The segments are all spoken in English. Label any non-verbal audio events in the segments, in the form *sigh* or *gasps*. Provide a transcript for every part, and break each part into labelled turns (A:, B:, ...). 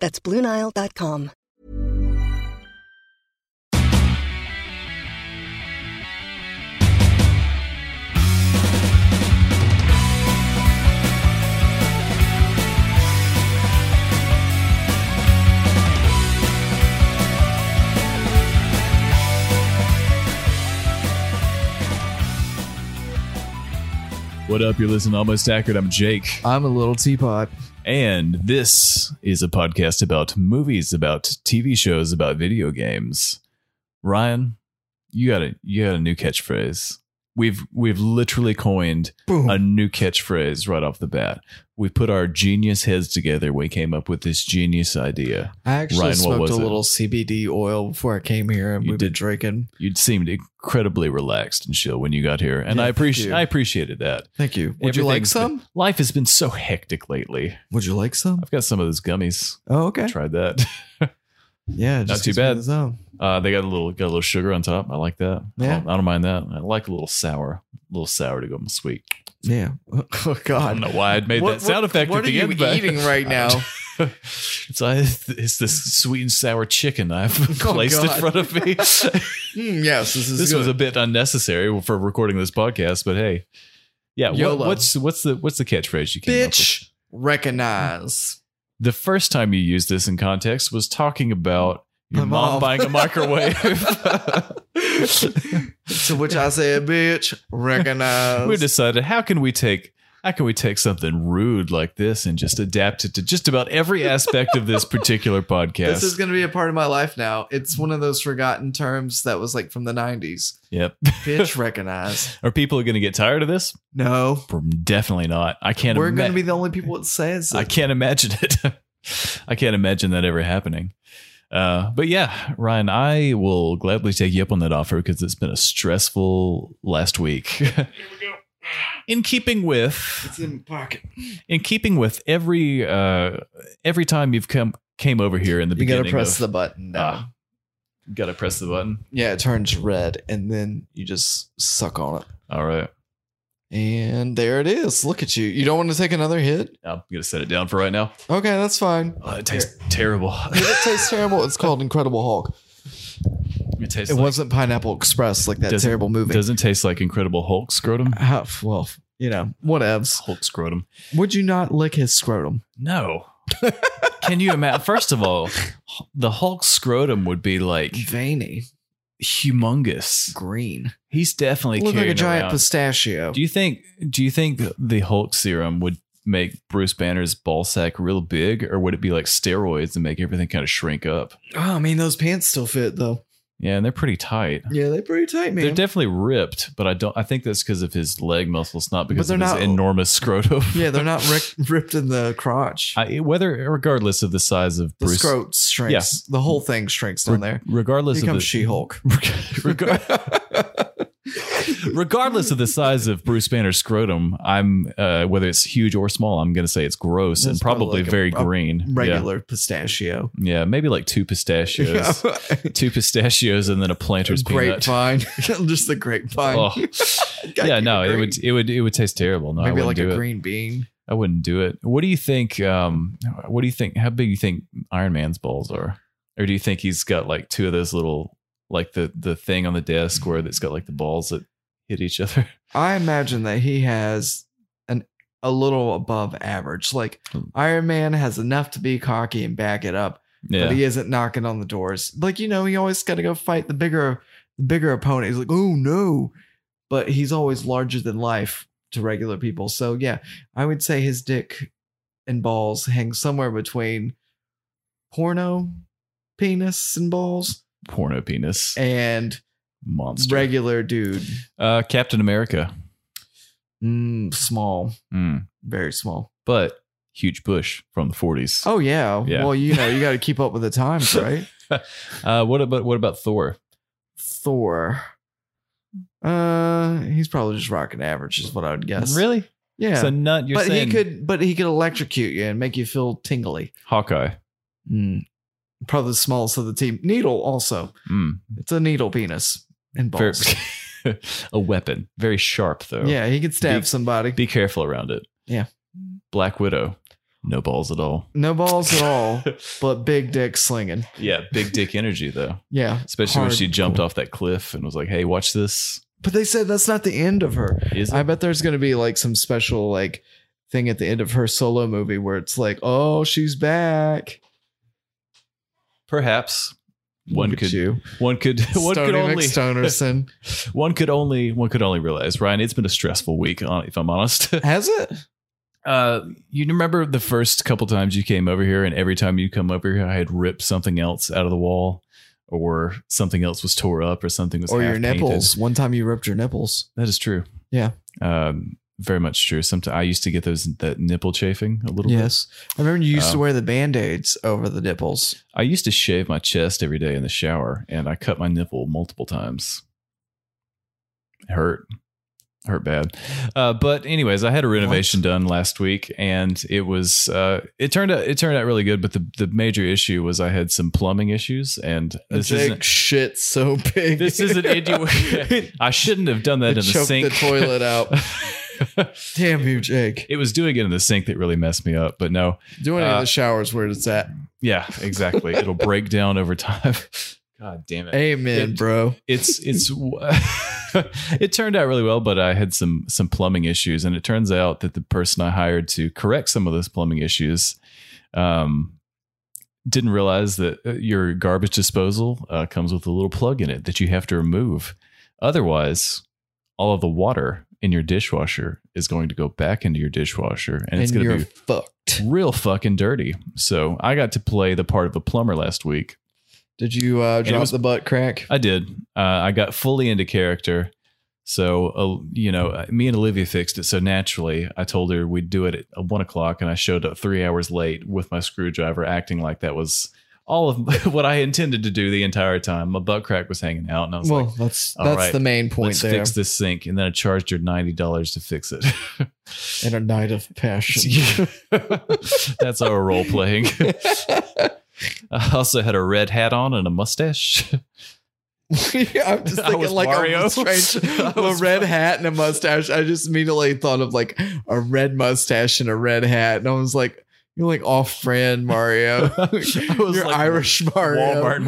A: That's BlueNile.com.
B: What up? You're listening to Almost Accurate. I'm Jake.
C: I'm a little teapot.
B: And this is a podcast about movies, about TV shows, about video games. Ryan, you got a you got a new catchphrase. We've we've literally coined
C: Boom.
B: a new catchphrase right off the bat. We put our genius heads together. We came up with this genius idea.
C: I actually
B: Ryan, what was
C: smoked a
B: it?
C: little CBD oil before I came here, and
B: You
C: we've
B: did.
C: been drinking.
B: You seemed incredibly relaxed and chill when you got here, and
C: Yeah,
B: I
C: thank
B: appreciate
C: you.
B: I appreciated that.
C: Thank you. Would you like
B: Everything's been-
C: some?
B: life has been so hectic lately.
C: Would you like some?
B: I've got some of those gummies.
C: Oh, okay.
B: Tried that.
C: Yeah,
B: Not
C: it just
B: too
C: gets me in
B: bad.
C: the zone.
B: Uh, they got a little got a little sugar on top. I like that. I,
C: Yeah.
B: don't, I don't mind that. I like a little sour, a little sour to go with my sweet.
C: Yeah. *laughs* Oh God.
B: I don't know why I made that
C: What-
B: sound
C: what-
B: effect.
C: What
B: at
C: are
B: the
C: you
B: end, but-
C: eating right now?
B: *laughs*
C: *laughs*
B: it's, I- it's this sweet and sour chicken I've
C: *laughs* Oh,
B: placed in
C: God.
B: front of
C: *laughs*
B: me. this
C: Mm, yes, this is good.
B: was a bit unnecessary for recording this podcast, but hey, yeah. What,
C: YOLO.
B: what's what's the what's the catchphrase you *laughs* came up with?
C: bitch. Recognize.
B: The first time you used this in context was talking about your
C: My
B: mom,
C: mom.
B: buying a microwave.
C: *laughs*
B: *laughs*
C: to which I said, bitch. Recognize.
B: we decided how can we take how can we take something rude like this and just adapt it to just about every aspect of this particular podcast
C: *laughs* This is going to be a part of my life now. It's one of those forgotten terms that was like from the 90s.
B: yep *laughs*
C: Bitch, recognize.
B: are people going to get tired of this
C: No.
B: definitely not i can't
C: We're going
B: ima-
C: to be the only people that says it.
B: i can't imagine it *laughs* i can't imagine that ever happening uh, but yeah, Ryan, I will gladly take you up on that offer because it's been a stressful last week. *laughs* In keeping with
C: It's in my pocket.
B: in keeping with every uh every time you've come came over here in the
C: You
B: beginning
C: gotta press
B: of-
C: the button. Now.
B: Ah. gotta press the button
C: yeah, it turns red, and then you just suck on it,
B: all right
C: and there it is. Look at you. You don't want to take another hit.
B: i'm gonna set it down for right now
C: Okay, that's fine.
B: oh it tastes terrible *laughs*
C: It tastes terrible. It's called Incredible Hulk.
B: it tastes
C: It
B: like,
C: wasn't Pineapple Express like that
B: Doesn't-
C: terrible movie.
B: doesn't taste like incredible hulk scrotum
C: How- well, you know, whatevs.
B: hulk scrotum
C: Would you not lick his scrotum? *laughs*
B: no can you imagine first of all the hulk scrotum would be like
C: Veiny,
B: humongous
C: green,
B: he's definitely
C: look like
B: carrying
C: a giant
B: around-
C: pistachio.
B: do you think do you think the hulk serum would make bruce banner's ball sack real big or would it be like steroids and make everything kind of shrink up
C: oh, I mean, those pants still fit though.
B: yeah and they're pretty tight
C: Yeah, they're pretty tight, man.
B: They're definitely ripped, but I don't. I think that's because of his leg muscles, not because
C: they're
B: of his
C: not-
B: enormous scrotum. *laughs*
C: yeah, they're not rick- *laughs* ripped in the crotch.
B: I, whether, regardless of the size of
C: The
B: Bruce,
C: scrot shrinks. The whole thing shrinks down there.
B: regardless
C: Here
B: of the *laughs*
C: comes She Hulk.
B: Regar- regardless of the size of Bruce Banner's scrotum, I'm uh, whether it's huge or small, I'm going to say it's gross and
C: It's
B: probably
C: probably like a-
B: very
C: a
B: green.
C: Regular pistachio.
B: Yeah. yeah, maybe
C: *laughs*
B: like two pistachios, two pistachios, and then a planter's peanut.
C: grapevine. *laughs* Just the grapevine.
B: Oh.
C: *laughs* Gotta
B: Yeah,
C: keep
B: no, it
C: green.
B: would it would it would taste terrible. No, I
C: Maybe
B: wouldn't
C: like
B: do
C: a
B: it.
C: green bean.
B: I wouldn't do it. What do you think? Um, what do you think? How big do you think Iron Man's balls are? Or do you think he's got like two of those little, like the the thing on the desk where it's got like the balls that hit each other? *laughs*
C: I imagine that he has an a little above average. Like
B: Hmm.
C: Iron Man has enough to be cocky and back it up,
B: Yeah,
C: but he isn't knocking on the doors. Like you know, he always got to go fight the bigger, the bigger opponent. He's like, oh no, but he's always larger than life to regular people. So yeah, I would say his dick and balls hang somewhere between porno, penis and balls,
B: porno penis
C: and
B: monster.
C: regular dude,
B: uh, Captain America.
C: mm, small,
B: Mm.
C: very small.
B: But huge push from the 40s.
C: Oh yeah.
B: Yeah.
C: Well, you know, you got to keep up with the
B: *laughs*
C: times, right?
B: Uh, what about what about Thor?
C: Thor. Uh, he's probably just rocking average, is what I would guess.
B: Really?
C: Yeah.
B: So not you're
C: but
B: saying
C: he could, but he could electrocute you and make you feel tingly.
B: Hawkeye.
C: Mm. Probably the smallest of the team. Needle also.
B: Mm,
C: It's a needle penis and
B: fair- *laughs*
C: balls.
B: a weapon, very sharp though.
C: yeah, he could stab
B: Big-
C: somebody.
B: Be careful around it.
C: Yeah.
B: Black Widow, no balls at all.
C: no balls
B: *laughs*
C: at all, but big dick slinging.
B: Yeah, big dick energy though.
C: Yeah,
B: Especially when she
C: Hardcore.
B: jumped off that cliff and was like, "Hey, watch this."
C: But they said that's not the end of her.
B: Is it?
C: I bet there's going to be like some special like thing at the end of her solo movie where it's like, oh, she's back.
B: Perhaps one
C: Look at
B: could
C: you.
B: one could *laughs*
C: *laughs*
B: one could
C: Stoney
B: only
C: McStonerson.
B: one could only one could only realize, Ryan. It's been a stressful week, hon- if I'm honest.
C: *laughs*
B: *laughs*
C: Has it?
B: uh, you remember the first couple times you came over here, and every time you come over here, I had ripped something else out of the wall, or something else was tore up, or something was
C: or
B: half
C: your
B: painted.
C: nipples. One time you ripped your nipples.
B: That is true.
C: Yeah.
B: Um, very much true. Sometimes I used to get those that nipple chafing a little bit.
C: Yes. I remember you used to
B: Oh.
C: wear the band aids over the nipples.
B: I used to shave my chest every day in the shower, and I cut my nipple multiple times. It hurt, It hurt bad. Uh, but anyways, I had a renovation done last week, and it was uh, it turned out it turned out really good. But the the major issue was I had some plumbing issues, and this isn't.
C: shit so big.
B: This
C: *laughs*
B: isn't anywhere. I shouldn't have done that
C: It
B: in the
C: choked
B: sink.
C: the toilet out. Damn you, Jake.
B: *laughs* it was doing it in the sink that really messed me up. But no,
C: Doing it in
B: Uh,
C: the showers where it's at.
B: Yeah, exactly. It'll *laughs* break down over time. God damn it.
C: Amen,
B: it-
C: bro.
B: It's it's *laughs* it turned out really well, but I had some some plumbing issues, and it turns out that the person I hired to correct some of those plumbing issues um, didn't realize that uh, your garbage disposal uh, comes with a little plug in it that you have to remove. Otherwise, all of the water in your dishwasher is going to go back into your dishwasher, and,
C: And,
B: it's going to
C: you're
B: be
C: fucked.
B: real fucking dirty. So I got to play the part of a plumber last week.
C: Did you uh,
B: it
C: drop
B: was-
C: the butt crack?
B: I did. Uh, I got fully into character. So, uh, you know, me and Olivia fixed it. So naturally, I told her we'd do it at uh, one o'clock, and I showed up three hours late with my screwdriver, acting like that was all of *laughs* what I intended to do the entire time. My butt crack was hanging out, and I was
C: Well,
B: like,
C: that's
B: all
C: that's
B: right,
C: the main point
B: "Let's
C: there.
B: fix this sink." And then I charged her ninety dollars to fix it. *laughs*
C: In a night of *laughs* passion.
B: That's our role
C: *laughs*
B: playing. I also had a red hat on and a
C: *laughs*
B: mustache.
C: I'm just
B: I
C: thinking
B: was
C: like
B: Mario.
C: a *laughs* strange
B: I
C: a
B: was
C: red
B: Mario.
C: hat and a mustache. I just immediately thought of like a red mustache and a red hat, and I was like, "You're like off brand *laughs* Mario.
B: I was
C: You're
B: like
C: Irish Mario."
B: Walmart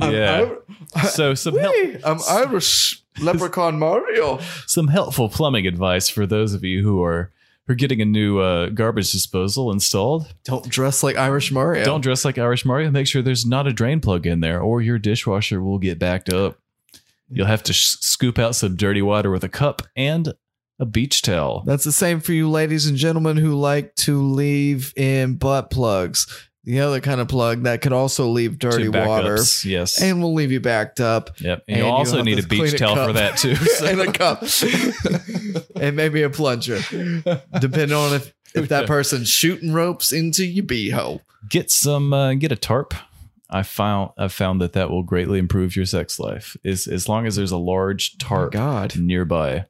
B: Mario.
C: *laughs* I'm,
B: yeah.
C: Um, I-
B: so some help,
C: Hey, I'm Irish leprechaun Mario.
B: some helpful plumbing advice for those of you who are who are getting a new uh, garbage disposal installed.
C: Don't dress like Irish Mario.
B: Don't dress like Irish Mario. Make sure there's not a drain plug in there, or your dishwasher will get backed up. You'll have to sh- scoop out some dirty water with a cup and a beach towel.
C: That's the same for you, ladies and gentlemen, who like to leave in butt plugs. The other kind of plug that could also leave dirty
B: Two backups,
C: water
B: Yes.
C: and will leave you backed up.
B: Yep. And,
C: And
B: you
C: you
B: also
C: have
B: need
C: to
B: a
C: clean
B: beach
C: a
B: towel
C: cup.
B: for that
C: *laughs*
B: too. So-
C: and a cup and maybe a plunger, *laughs* depending on if, if that person's shooting ropes into your beehole.
B: *laughs* get some uh, get a tarp. I found I found that that will greatly improve your sex life. Is as long as there's a large tarp
C: God.
B: nearby.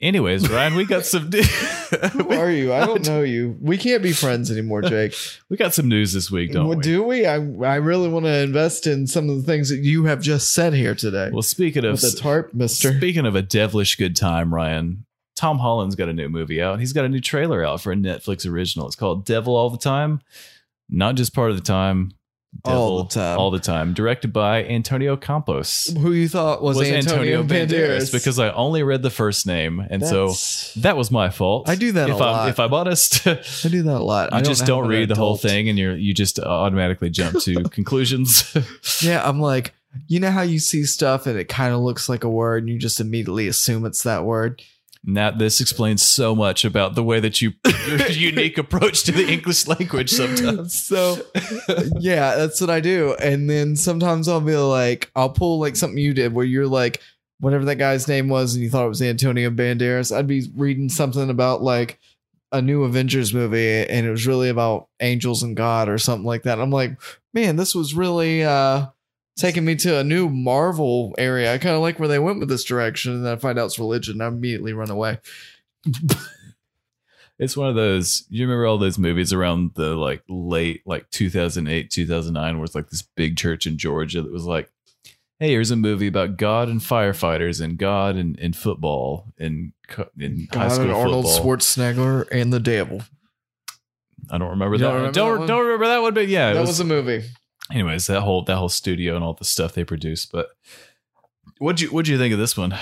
B: Anyways, Ryan, we got
C: *laughs*
B: some *laughs*
C: Who are you? I don't know you. We can't be
B: *laughs*
C: friends anymore, Jake.
B: we got some news this week, don't
C: Well,
B: we?
C: Do we? I, I really want to invest in some of the things that you have just said here today.
B: Well, speaking of
C: With the tarp, mister.
B: speaking of a devilish good time, Ryan, Tom Holland's got a new movie out. He's got a new trailer out for a Netflix original. It's called Devil All the Time, not just part of the time. Devil
C: All the Time.
B: all the time. Directed by Antonio Campos.
C: who you thought was, Antonio, Banderas,
B: because I only read the first name, and
C: That's-
B: so that was my fault.
C: I do that
B: if I'm,
C: a lot.
B: If I'm honest, *laughs* you
C: I do that a lot. I
B: just
C: have
B: don't
C: an
B: read the whole
C: adult.
B: thing, and you are you just uh, automatically jump
C: *laughs*
B: to conclusions. *laughs*
C: Yeah, I'm like, you know how you see stuff and it kind of looks like a word, and you just immediately assume it's that word.
B: Now this explains so much about the way that you
C: *laughs*
B: your unique approach to the English language sometimes.
C: So, yeah, that's what I do. And then sometimes I'll be like, I'll pull like something you did where you're like, whatever that guy's name was and you thought it was Antonio Banderas, I'd be reading something about like a new Avengers movie and it was really about angels and God or something like that. I'm like, man, this was really uh taking me to a new Marvel area. I kind of like where they went with this direction and then I find out it's religion and I immediately run away.
B: It's one of those. You remember all those movies around the like late like 2008, 2009 where it's like this big church in Georgia that was like, "Hey, here's a movie about God and firefighters and God and, and football and co- in high
C: God
B: school
C: and Arnold
B: football."
C: Schwarzenegger and the devil.
B: I don't remember
C: You
B: that. one.
C: don't remember
B: don't
C: that one?
B: don't remember that one, but yeah, it
C: that
B: was,
C: was a movie.
B: anyways, that whole that whole studio and all the stuff they produced, but What'd you what'd you think of this one?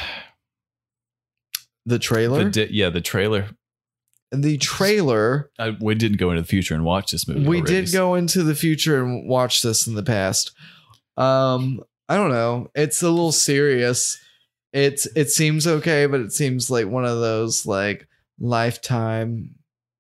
C: The
B: The
C: trailer. The,
B: di- yeah, the trailer.
C: trailer.
B: I, we didn't go into the future and watch this movie.
C: We
B: already,
C: did
B: so-
C: go into the future and watch this in the past. Um, I don't know. It's a little serious. It's it seems okay, but it seems like one of those like lifetime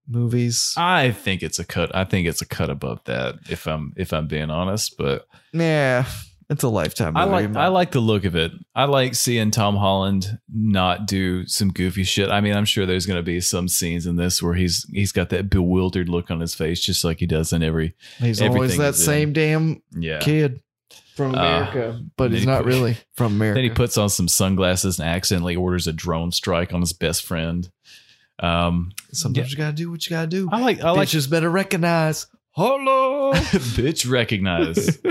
C: movies.
B: I think it's a cut. I think it's a cut above that. If I'm if I'm being honest, but
C: Nah, it's a lifetime
B: I
C: movie.
B: like I like the look of it. I like seeing Tom Holland not do some goofy shit. I mean, I'm sure there's going to be some scenes in this where he's he's got that bewildered look on his face, just like he does in every
C: He's always
B: everything
C: that
B: is in.
C: same damn
B: yeah.
C: kid from
B: Uh,
C: America, but
B: then
C: he's
B: he
C: not
B: put- *laughs*
C: really from America.
B: Then he puts on some sunglasses and accidentally orders a drone strike on his best friend. Um,
C: Sometimes you gotta do what you gotta do.
B: I like I like
C: Bitches better recognize.
B: *laughs*
C: Hello.
B: bitch recognize. *laughs*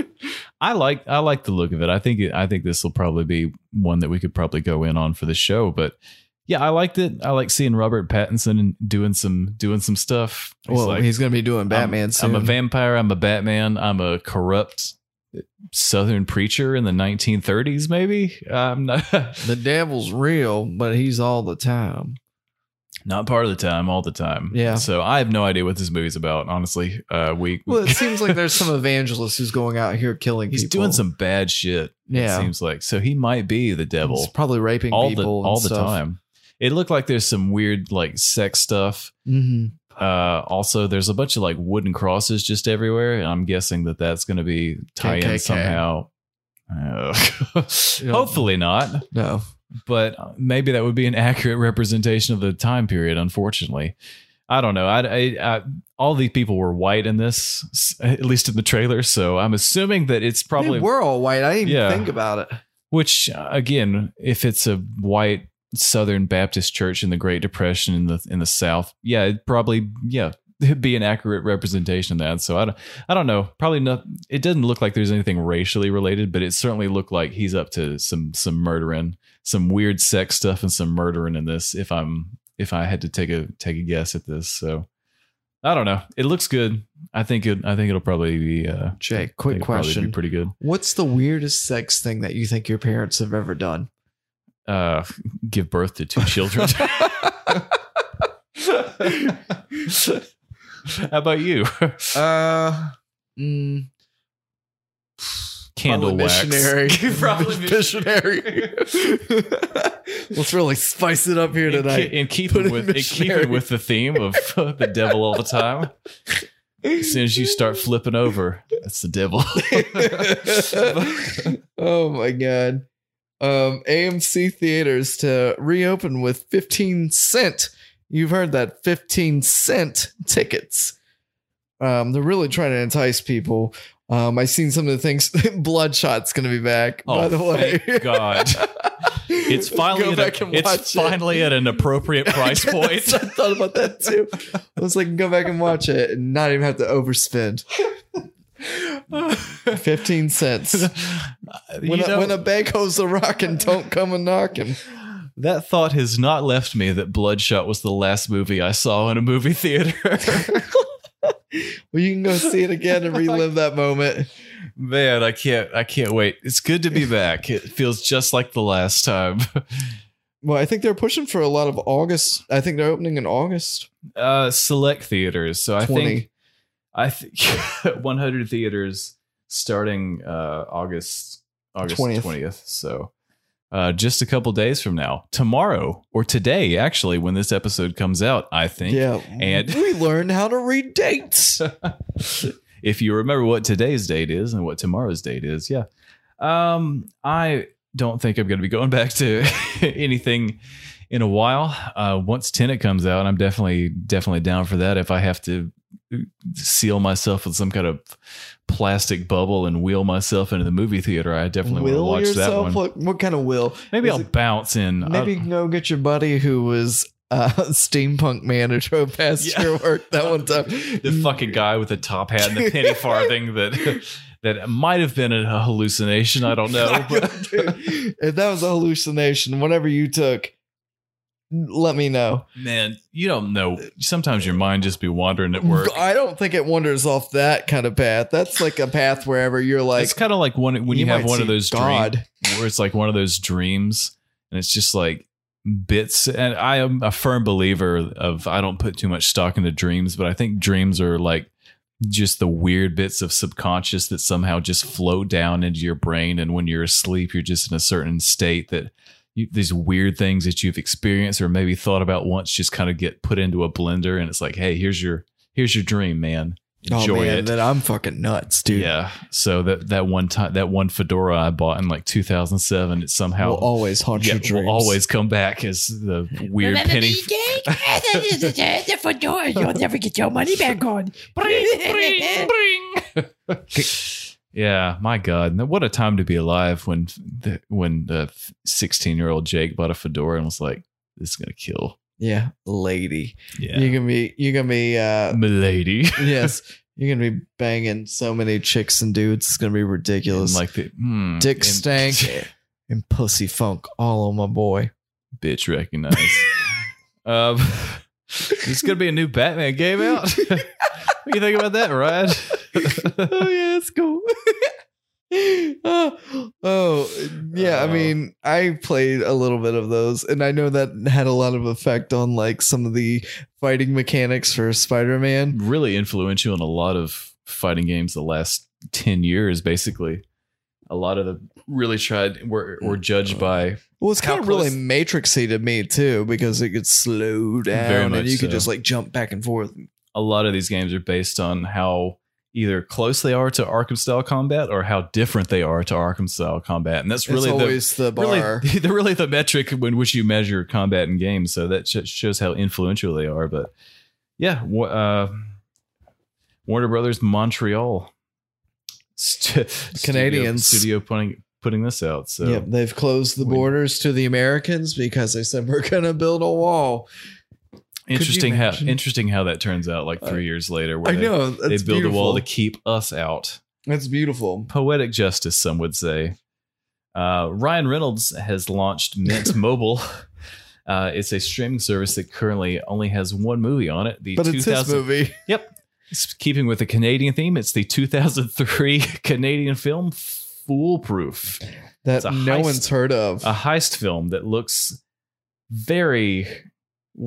B: I like I like the look of it. I think it, I think this will probably be one that we could probably go in on for the show. But yeah, I liked it. I like seeing Robert Pattinson doing some doing some stuff. He's
C: well,
B: like,
C: he's gonna be doing Batman
B: I'm,
C: soon.
B: I'm a vampire. I'm a Batman. I'm a corrupt Southern preacher in the 1930s. Maybe I'm not *laughs*
C: the devil's real, but he's all the time.
B: not part of the time, all the time.
C: Yeah.
B: So I have no idea what this movie's about. Honestly, uh, we
C: Well, it seems like there's some evangelist who's going out here
B: *laughs*
C: killing
B: he's
C: people.
B: doing some bad shit.
C: yeah.
B: It seems like so he might be the devil.
C: He's probably raping
B: all the
C: people
B: all the time. It looked like there's some weird like sex stuff.
C: hmm
B: Uh, also, there's a bunch of like wooden crosses just everywhere, and I'm guessing that that's going to be tie in
C: KKK.
B: somehow. *laughs* Uh, hopefully not,
C: No,
B: but maybe that would be an accurate representation of the time period. Unfortunately, I don't know. I, I, I all these people were white in this, s- at least in the trailer. So I'm assuming that it's probably
C: probably we're all white. I didn't even
B: Yeah.
C: think about it.
B: which uh, again if it's a white southern baptist church in the great depression in the in the south yeah it probably yeah *laughs* it'd be an accurate representation of that so i don't i don't know probably not it doesn't look like there's anything racially related but it certainly looked like he's up to some some murdering some weird sex stuff and some murdering in this if i'm if i had to take a take a guess at this so i don't know it looks good i think it i think it'll probably be uh
C: Jake,
B: I think
C: quick
B: it'll probably be
C: question:
B: pretty good
C: What's the weirdest sex thing that you think your parents have
B: *laughs*
C: ever done? *laughs*
B: uh, *laughs* give birth to two children. *laughs*
C: Uh,
B: How about you? *laughs*
C: Uh, mm,
B: Candle
C: probably
B: wax. *laughs*
C: missionary. *laughs*
B: Probably
C: missionary. *laughs* Let's really spice it up here
B: In,
C: tonight.
B: in
C: Put
B: keeping
C: in
B: with in
C: missionary.
B: keeping with the theme of *laughs* the devil all the time. As soon as you start *laughs* flipping over, that's the devil.
C: *laughs* oh my god. Um, AMC theaters to reopen with 15 cent. You've heard that 15 cent tickets. Um, they're really trying to entice people. Um, I've seen some of the things. *laughs* Bloodshot's gonna be back,
B: Oh,
C: by the way.
B: thank God.
C: *laughs*
B: It's finally
C: Go
B: at a-
C: back and watch
B: it's
C: it.
B: finally at an appropriate price
C: *laughs*
B: *laughs*
C: I
B: point.
C: thought about that too. I was like, go back and watch it and not even have
B: *laughs*
C: to overspend. 15 cents.
B: Uh, You
C: When, a,
B: know-
C: when a bag goes a rockin', don't come
B: *laughs*
C: a knockin'.
B: That thought has not left me that Bloodshot was the last movie I saw in a movie theater. *laughs*
C: Well, you can go see it again and relive that moment.
B: Man, I can't I can't wait. It's good to be back. It feels just like the last time. *laughs*
C: Well, I think they're pushing for a lot of August. I think they're opening in August.
B: Uh select theaters. So I
C: 20.
B: think I think *laughs* 100 theaters starting uh August August
C: 20th.
B: 20th. So uh just a couple days from now. Tomorrow or today actually when this episode comes out, I think.
C: Yeah.
B: And-
C: we learned how to read dates.
B: *laughs* if you remember what today's date is and what tomorrow's date is, yeah. Um, I don't think I'm going to be going back to *laughs* anything in a while. Uh, once Tenant comes out, I'm definitely definitely down for that. If I have to uh, seal myself with some kind of plastic bubble and wheel myself into the movie theater, I *laughs* definitely
C: will
B: want to watch that
C: yourself?
B: one.
C: What, what kind of will?
B: Maybe
C: Is
B: I'll
C: it-
B: bounce in. uh, I- *laughs*
C: Maybe you can go get your buddy who was uh, *laughs* steampunk man who drove past
B: Yeah.
C: your work
B: *laughs*
C: that one time.
B: the fucking guy with the top hat and the penny farthing that *laughs* that might have been a hallucination. I don't
C: *laughs*
B: know, but
C: Dude, if that was a hallucination, whatever you took, let me know.
B: man, you don't know. Sometimes your mind just be wandering at work.
C: I don't think it wanders off that kind of path. That's like a path wherever you're like
B: it's kind of like one when you, have
C: might
B: one of
C: see
B: those dreams.
C: God.
B: where it's like one of those dreams and it's just like bits and i am a firm believer of i don't put too much stock into dreams but i think dreams are like just the weird bits of subconscious that somehow just flow down into your brain and when you're asleep you're just in a certain state that you, these weird things that you've experienced or maybe thought about once just kind of get put into a blender and it's like hey here's your here's your dream man enjoy
C: oh man,
B: it
C: then I'm fucking nuts, dude.
B: yeah. So that that one time, that one fedora I bought in like 2007, it somehow
C: will always haunt
B: yeah,
C: your dreams.
B: will always come back as
C: *laughs*
B: the weird
D: Remember
B: penny.
D: me, Jake? That is a *laughs* chance for joy. You'll never get your money back on.
B: *laughs* yeah, my God, what a time to be alive when the, when the 16 year old Jake bought a fedora and was like, "This is gonna kill."
C: yeah, lady.
B: Yeah,
C: You're gonna be. You're gonna be. uh
B: *laughs* milady.
C: Yes, you're gonna be banging so many chicks and dudes. It's gonna be
B: *laughs* And
C: ridiculous.
B: like the hmm,
C: dick
B: and-
C: stank
B: *laughs*
C: and pussy funk all on my boy.
B: bitch *laughs* recognize. um, *laughs* there's gonna be a new Batman game out. *laughs* what do you think about that, Ryan?
C: oh yeah, that's cool. *laughs* oh, oh, yeah. I
B: Oh.
C: mean, I played a little bit of those, and I know that had a lot of effect on like some of the fighting mechanics for Spider-Man.
B: *laughs* really influential in a lot of fighting games the last 10 years basically a lot of the really tried were, were judged by
C: Well, it's
B: How
C: kind of really
B: close-
C: matrixy to me too, because it could slow down,
B: much
C: and you
B: so.
C: could just like jump back and forth.
B: a lot of these games are based on how either close they are to arkham style combat or how different they are to arkham style combat and that's
C: It's
B: really the
C: always the
B: really,
C: bar.
B: *laughs* they're really the metric in which you measure combat in games. So that sh- shows how influential they are. But yeah, wa- uh, Warner Brothers Montreal, St- *laughs*
C: Canadians.
B: studio, studio putting putting this out. So
C: Yep, they've closed the
B: We-
C: borders to the Americans because they said we're gonna build a wall. you
B: interesting how
C: imagine? Uh,
B: interesting how that turns out. Like three years later, where
C: I
B: they,
C: know
B: they
C: that's
B: build a wall to
C: beautiful.
B: keep us out.
C: That's beautiful.
B: Poetic justice, some would say. Uh, Ryan Reynolds has
C: *laughs*
B: launched Mint Mobile. Uh, it's a streaming service that currently only has one movie on it. The
C: But it's
B: 2000,
C: his movie.
B: It's Keeping with the Canadian theme, it's the 2003 *laughs* Canadian film Foolproof,
C: that
B: It's a
C: no
B: heist. Uh,
C: one's heard of.
B: a heist film that looks very,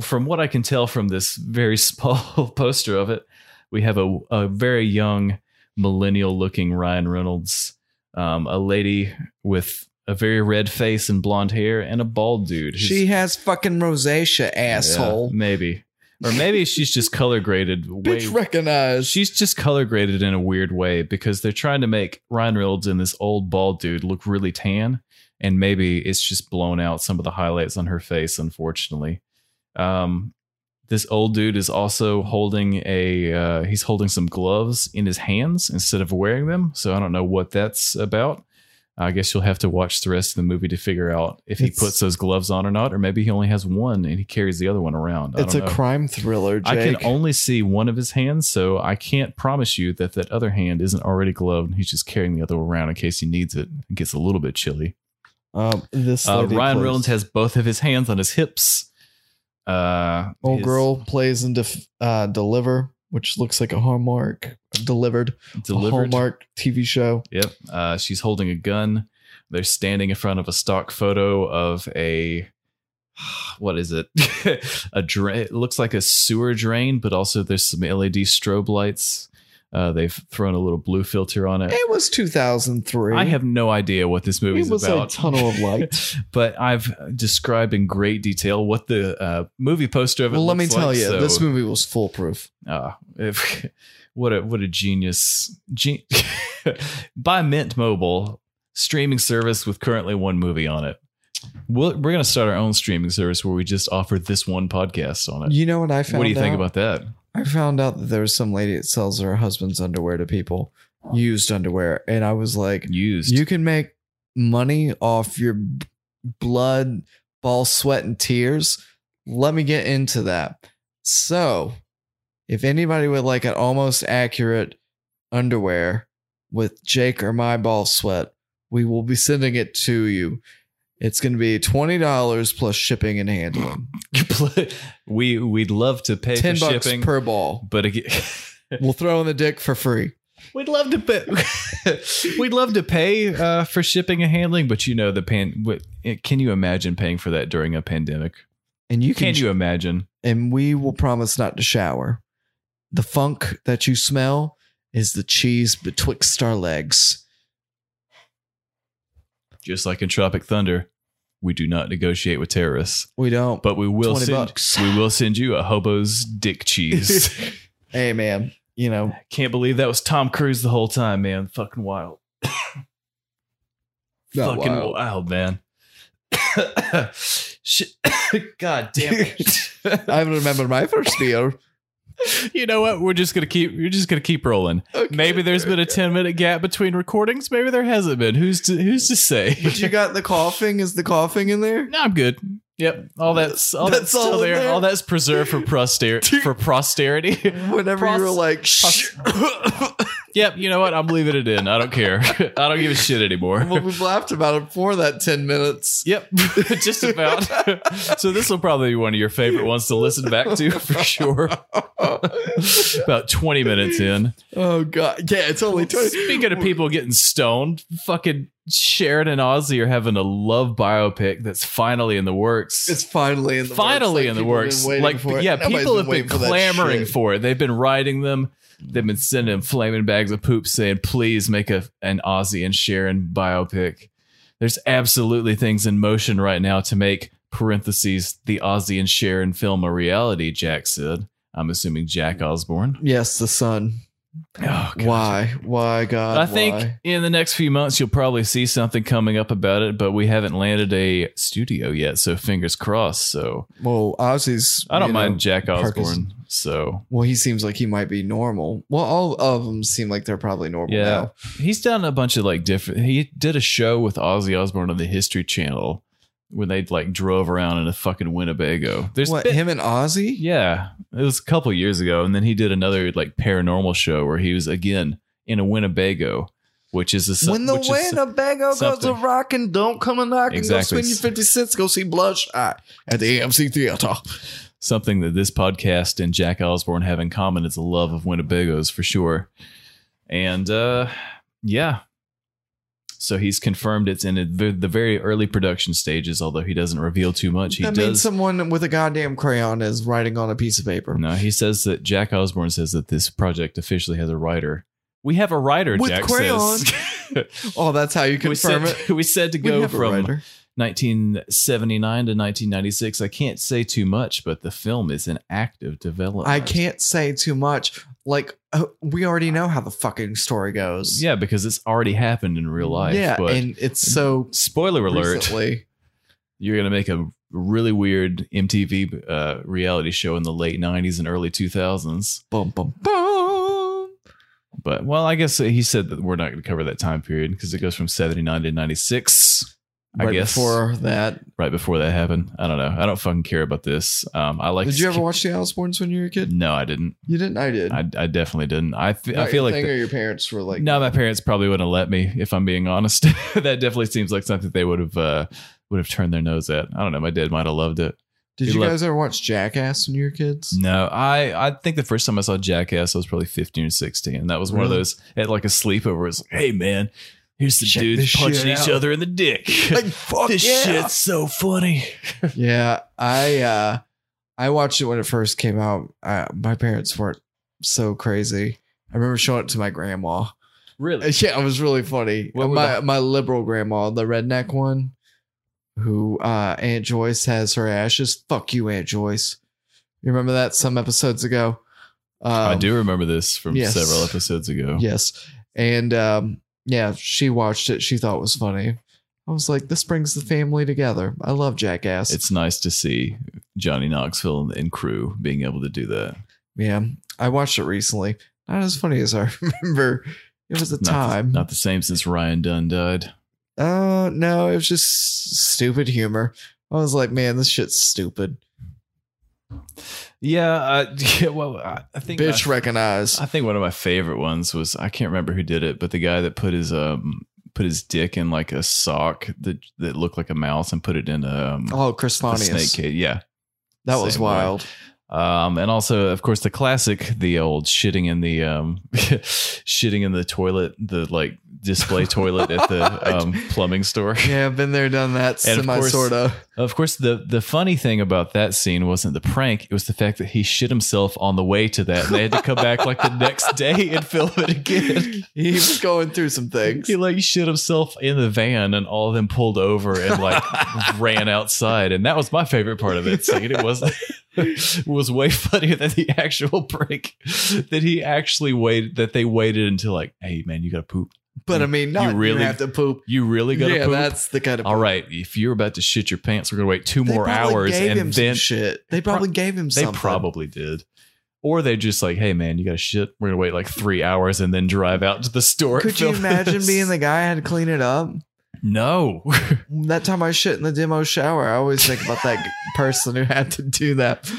B: from what I can tell from this very *laughs* small poster of it, we have a, a very young millennial looking Ryan Reynolds, um, a lady with a very red face and blonde hair, and a bald dude. who's-
C: she has fucking rosacea, asshole.
B: Yeah, maybe. Or maybe she's just color graded way
C: *laughs* Bitch, recognize.
B: She's just color graded in a weird way because they're trying to make Ryan Reynolds and this old bald dude look really tan, and maybe it's just blown out some of the highlights on her face. Unfortunately, um, this old dude is also holding a uh, he's holding some gloves in his hands instead of wearing them. So I don't know what that's about. I guess you'll have to watch the rest of the movie to figure out if he
C: It's-
B: puts those gloves on or not, or maybe he only has one and he carries the other one around. I
C: it's a
B: don't know.
C: crime thriller,
B: I
C: Jake.
B: can only see one of his hands, so I can't promise you that that other hand isn't already gloved. He's just carrying the other one around in case he needs it. It gets a little bit chilly.
C: um, this
B: Uh,
C: lady
B: Ryan
C: plays-
B: Reynolds has both of his hands on his hips. Uh,
C: old
B: his
C: girl plays in def- uh, Deliver, which looks like a hallmark delivered, a
B: delivered.
C: hallmark TV show.
B: Yep. Uh, she's holding a gun. They're standing in front of a stock photo of a *sighs* what is it? *laughs* a drain. It looks like a sewer drain, but also there's some LED strobe lights. Uh, they've thrown a little blue filter on it.
C: It was 2003.
B: I have no idea what this movie is
C: It was a
B: about.
C: tunnel of light.
B: *laughs* but I've described in great detail what the uh, movie poster of it.
C: well, let me
B: looks
C: tell
B: like,
C: you,
B: so,
C: this movie was foolproof.
B: uh, if, *laughs* what a what a genius. Gen- By Mint Mobile, streaming service with currently one movie on it. We'll, we're going to start our own streaming service where we just offer this one podcast on it.
C: You know what I found?
B: what do you think
C: out?
B: about that?
C: I found out that there was some lady that sells her husband's underwear to people, used underwear, and I was like,
B: Used.
C: you can make money off your b- blood, ball, sweat, and tears. Let me get into that. So, if anybody would like an almost accurate underwear with Jake or my ball sweat, we will be sending it to you. It's going to be $20 plus shipping and handling.
B: *laughs* we we'd love to pay
C: 10
B: for
C: bucks
B: shipping, *laughs*
C: per ball.
B: but again,
C: We'll throw in the dick for free.
B: we'd love to pay. *laughs* we'd love to pay uh, for shipping and handling, but you know the pan. What, eh, can you imagine paying for that during a pandemic?
C: And you can,
B: Can you imagine?
C: and we will promise not to shower. The funk that you smell is the cheese betwixt our legs.
B: Just like in Tropic Thunder, we do not negotiate with terrorists,
C: We don't.
B: but we will
C: 20
B: send
C: bucks.
B: we will send you a hobo's dick cheese.
C: *laughs* hey, man, you know,
B: Can't believe that was Tom Cruise the whole time, man. Fucking wild.
C: *coughs* not
B: Fucking
C: wild.
B: wild, man. *coughs* Shit. *coughs* God damn it.
C: *laughs*
B: *laughs*
C: I haven't remembered my first beer.
B: you know what? We're just gonna keep. We're just gonna keep rolling. *laughs*
C: Okay.
B: Maybe there's been a ten minute gap between recordings. Maybe there hasn't been. Who's to Who's to say? *laughs*
C: But you got the coughing. Is the coughing in there?
B: no, I'm good. Yep. All that's all that's,
C: That's
B: still
C: all in
B: there.
C: there?
B: All that's preserved for
C: *laughs*
B: posterity. for posterity.
C: Whenever
B: Pros-
C: you were like, Shh. *laughs*
B: yep. You know what? I'm leaving it in. I don't care. *laughs* I don't give a shit anymore.
C: well, we've laughed about it for that 10 minutes.
B: Yep, *laughs* just about. *laughs* so this will probably be one of your favorite ones to listen back to for
C: *laughs*
B: sure. about 20 minutes in.
C: Oh, God. Yeah, it's only 20.
B: Speaking of people getting stoned, fucking Sharon and Ozzy are having a love biopic that's finally in the works.
C: It's finally in the
B: finally in the works.
C: works. Like,
B: Like,
C: people
B: yeah, people have
C: have been waiting for it. Nobody's
B: been,
C: waiting for that
B: clamoring
C: shit.
B: for it. They've been writing them. They've been sending them flaming bags of poop, saying, "Please make a an Ozzy and Sharon biopic." There's absolutely things in motion right now to make parentheses the Ozzy and Sharon film a reality. Jack said. I'm assuming Jack Osborne.
C: Yes, the sun.
B: Oh, God.
C: Why? Why, God?
B: I think
C: why?
B: in the next few months you'll probably see something coming up about it, but we haven't landed a studio yet, so fingers crossed. So
C: Well, Ozzy's.
B: I don't
C: you
B: mind
C: know,
B: Jack
C: Parker's-
B: Osborne. So
C: Well, he seems like he might be normal. Well, all of them seem like they're probably normal
B: Yeah.
C: now.
B: He's done a bunch of like different. He did a show with Ozzy Osbourne on the History Channel when they like drove around in a fucking Winnebago. There's
C: what
B: been-
C: him and Ozzy?
B: yeah, it was a couple years ago, and then he did another like paranormal show where he was again in a Winnebago, which is a so-
C: when the
B: which is-
C: Winnebago goes
B: something.
C: a rockin', don't come a knocking.
B: Exactly.
C: Go spend your fifty cents. Go see Bloodshot at the AMC theater.
B: something that this podcast and Jack Osborne have in common is a love of Winnebago's for sure. And uh, yeah, so he's confirmed it's in the the very early production stages, although he doesn't reveal too much. He
C: that means
B: does.
C: someone with a goddamn crayon is writing on a piece of paper.
B: no, he says that Jack Osborne says that this project officially has a writer. We have a writer,
C: With
B: Jack *laughs*
C: crayon.
B: says.
C: Oh, that's how you
B: we,
C: confirm
B: said, *laughs*
C: it.
B: we said to
C: We
B: go
C: have a
B: from
C: writer.
B: 1979 to 1996. I can't say too much, but the film is in active development.
C: I can't say too much. Like uh, we already know how the fucking story goes.
B: Yeah, because it's already happened in real life.
C: Yeah,
B: but
C: and it's so
B: spoiler alert,
C: recently.
B: you're going to make a really weird MTV uh, reality show in the late 90s and early 2000s.
C: Boom, boom, boom.
B: But, well, I guess he said that we're not going to cover that time period because it goes from 79 to 96. I
C: Right
B: guess
C: before that,
B: right before that happened. I don't know. I don't fucking care about this. Um, I like.
C: did you ever watch the Osbournes when you were a kid?
B: No, I didn't.
C: You didn't. I did.
B: I, I definitely didn't. I, fe- I feel like
C: thing
B: the-
C: or your parents were like,
B: no, my parents probably wouldn't have let me if I'm being honest. *laughs* that definitely seems like something they would have uh, would have turned their nose at. I don't know. My dad might have loved it.
C: Did
B: He
C: you
B: loved-
C: guys ever watch Jackass when you were kids?
B: No, I I think the first time I saw Jackass, I was probably 15 or 16, and that was one of
C: Really?
B: those at like a sleepover. It's like, hey man, here's some
C: Check
B: dudes
C: this
B: punching
C: shit
B: each
C: out."
B: other in the
C: *laughs*
B: dick.
C: fuck
B: this shit's so funny.
C: *laughs* Yeah, I uh, I watched it when it first came out. Uh, my parents weren't so crazy. I remember showing it to my grandma.
B: Really?
C: Yeah, Uh, it was really funny.
B: What were
C: my
B: the-
C: my liberal grandma, the redneck one, who uh, Aunt Joyce has her ashes. Fuck you, Aunt Joyce. You remember that some episodes ago? Um,
B: I do remember this from
C: yes.
B: several episodes ago.
C: Yes, and um, yeah, she watched it. She thought it was funny. I was like, this brings the family together. I love Jackass.
B: It's nice to see Johnny Knoxville and, and crew being able to do that.
C: yeah, I watched it recently. Not as funny as I *laughs* remember. It was a
B: Not the-
C: time.
B: not the same since Ryan Dunn died.
C: Uh, no, it was just stupid humor. I was like, man, this shit's stupid.
B: Yeah, uh, *laughs* yeah well, I, I think
C: Bitch
B: my-
C: recognize.
B: I think one of my favorite ones was I can't remember who did it, but the guy that put his um put his dick in like a sock that that looked like a mouse and put it in a um,
C: oh, Chris
B: the snake
C: Lanius.
B: cage. Yeah.
C: That was
B: Same way.
C: wild.
B: Um, and also, of course, the classic, the old shitting in the um, *laughs* shitting in the toilet, the like display toilet at
C: *laughs*
B: the um, plumbing store.
C: Yeah, I've been there, done that.
B: And of
C: Semi
B: course- *laughs*
C: sort of.
B: Of course, the the funny thing about that scene wasn't the prank; it was the fact that he shit himself on the way to that, and they had to come back like the next day and film it again.
C: *laughs* He was going through
B: *laughs*
C: some things.
B: He like shit himself in the van, and all of them pulled over and like *laughs* ran outside. And that was my favorite part of that scene. It was it *laughs* was way funnier than the actual break that he actually waited. That they waited until like, hey man, you gotta poop.
C: But I mean, not you really
B: really-
C: have to poop.
B: You really gotta
C: yeah,
B: poop.
C: that's the kind of.
B: all right, if you're about to shit your pants, we're gonna wait two
C: They
B: more
C: probably
B: hours,
C: gave him
B: and
C: some
B: then
C: shit. They probably gave him
B: they
C: something.
B: probably did. Or they just like, hey man, you gotta shit. We're gonna wait like three hours and then drive out to the store. and *laughs*
C: Could you
B: film
C: imagine
B: this."
C: being the guy I had to clean it up?
B: no?
C: That time I shit in the demo shower, I always think about
B: *laughs*
C: that person who had to do that.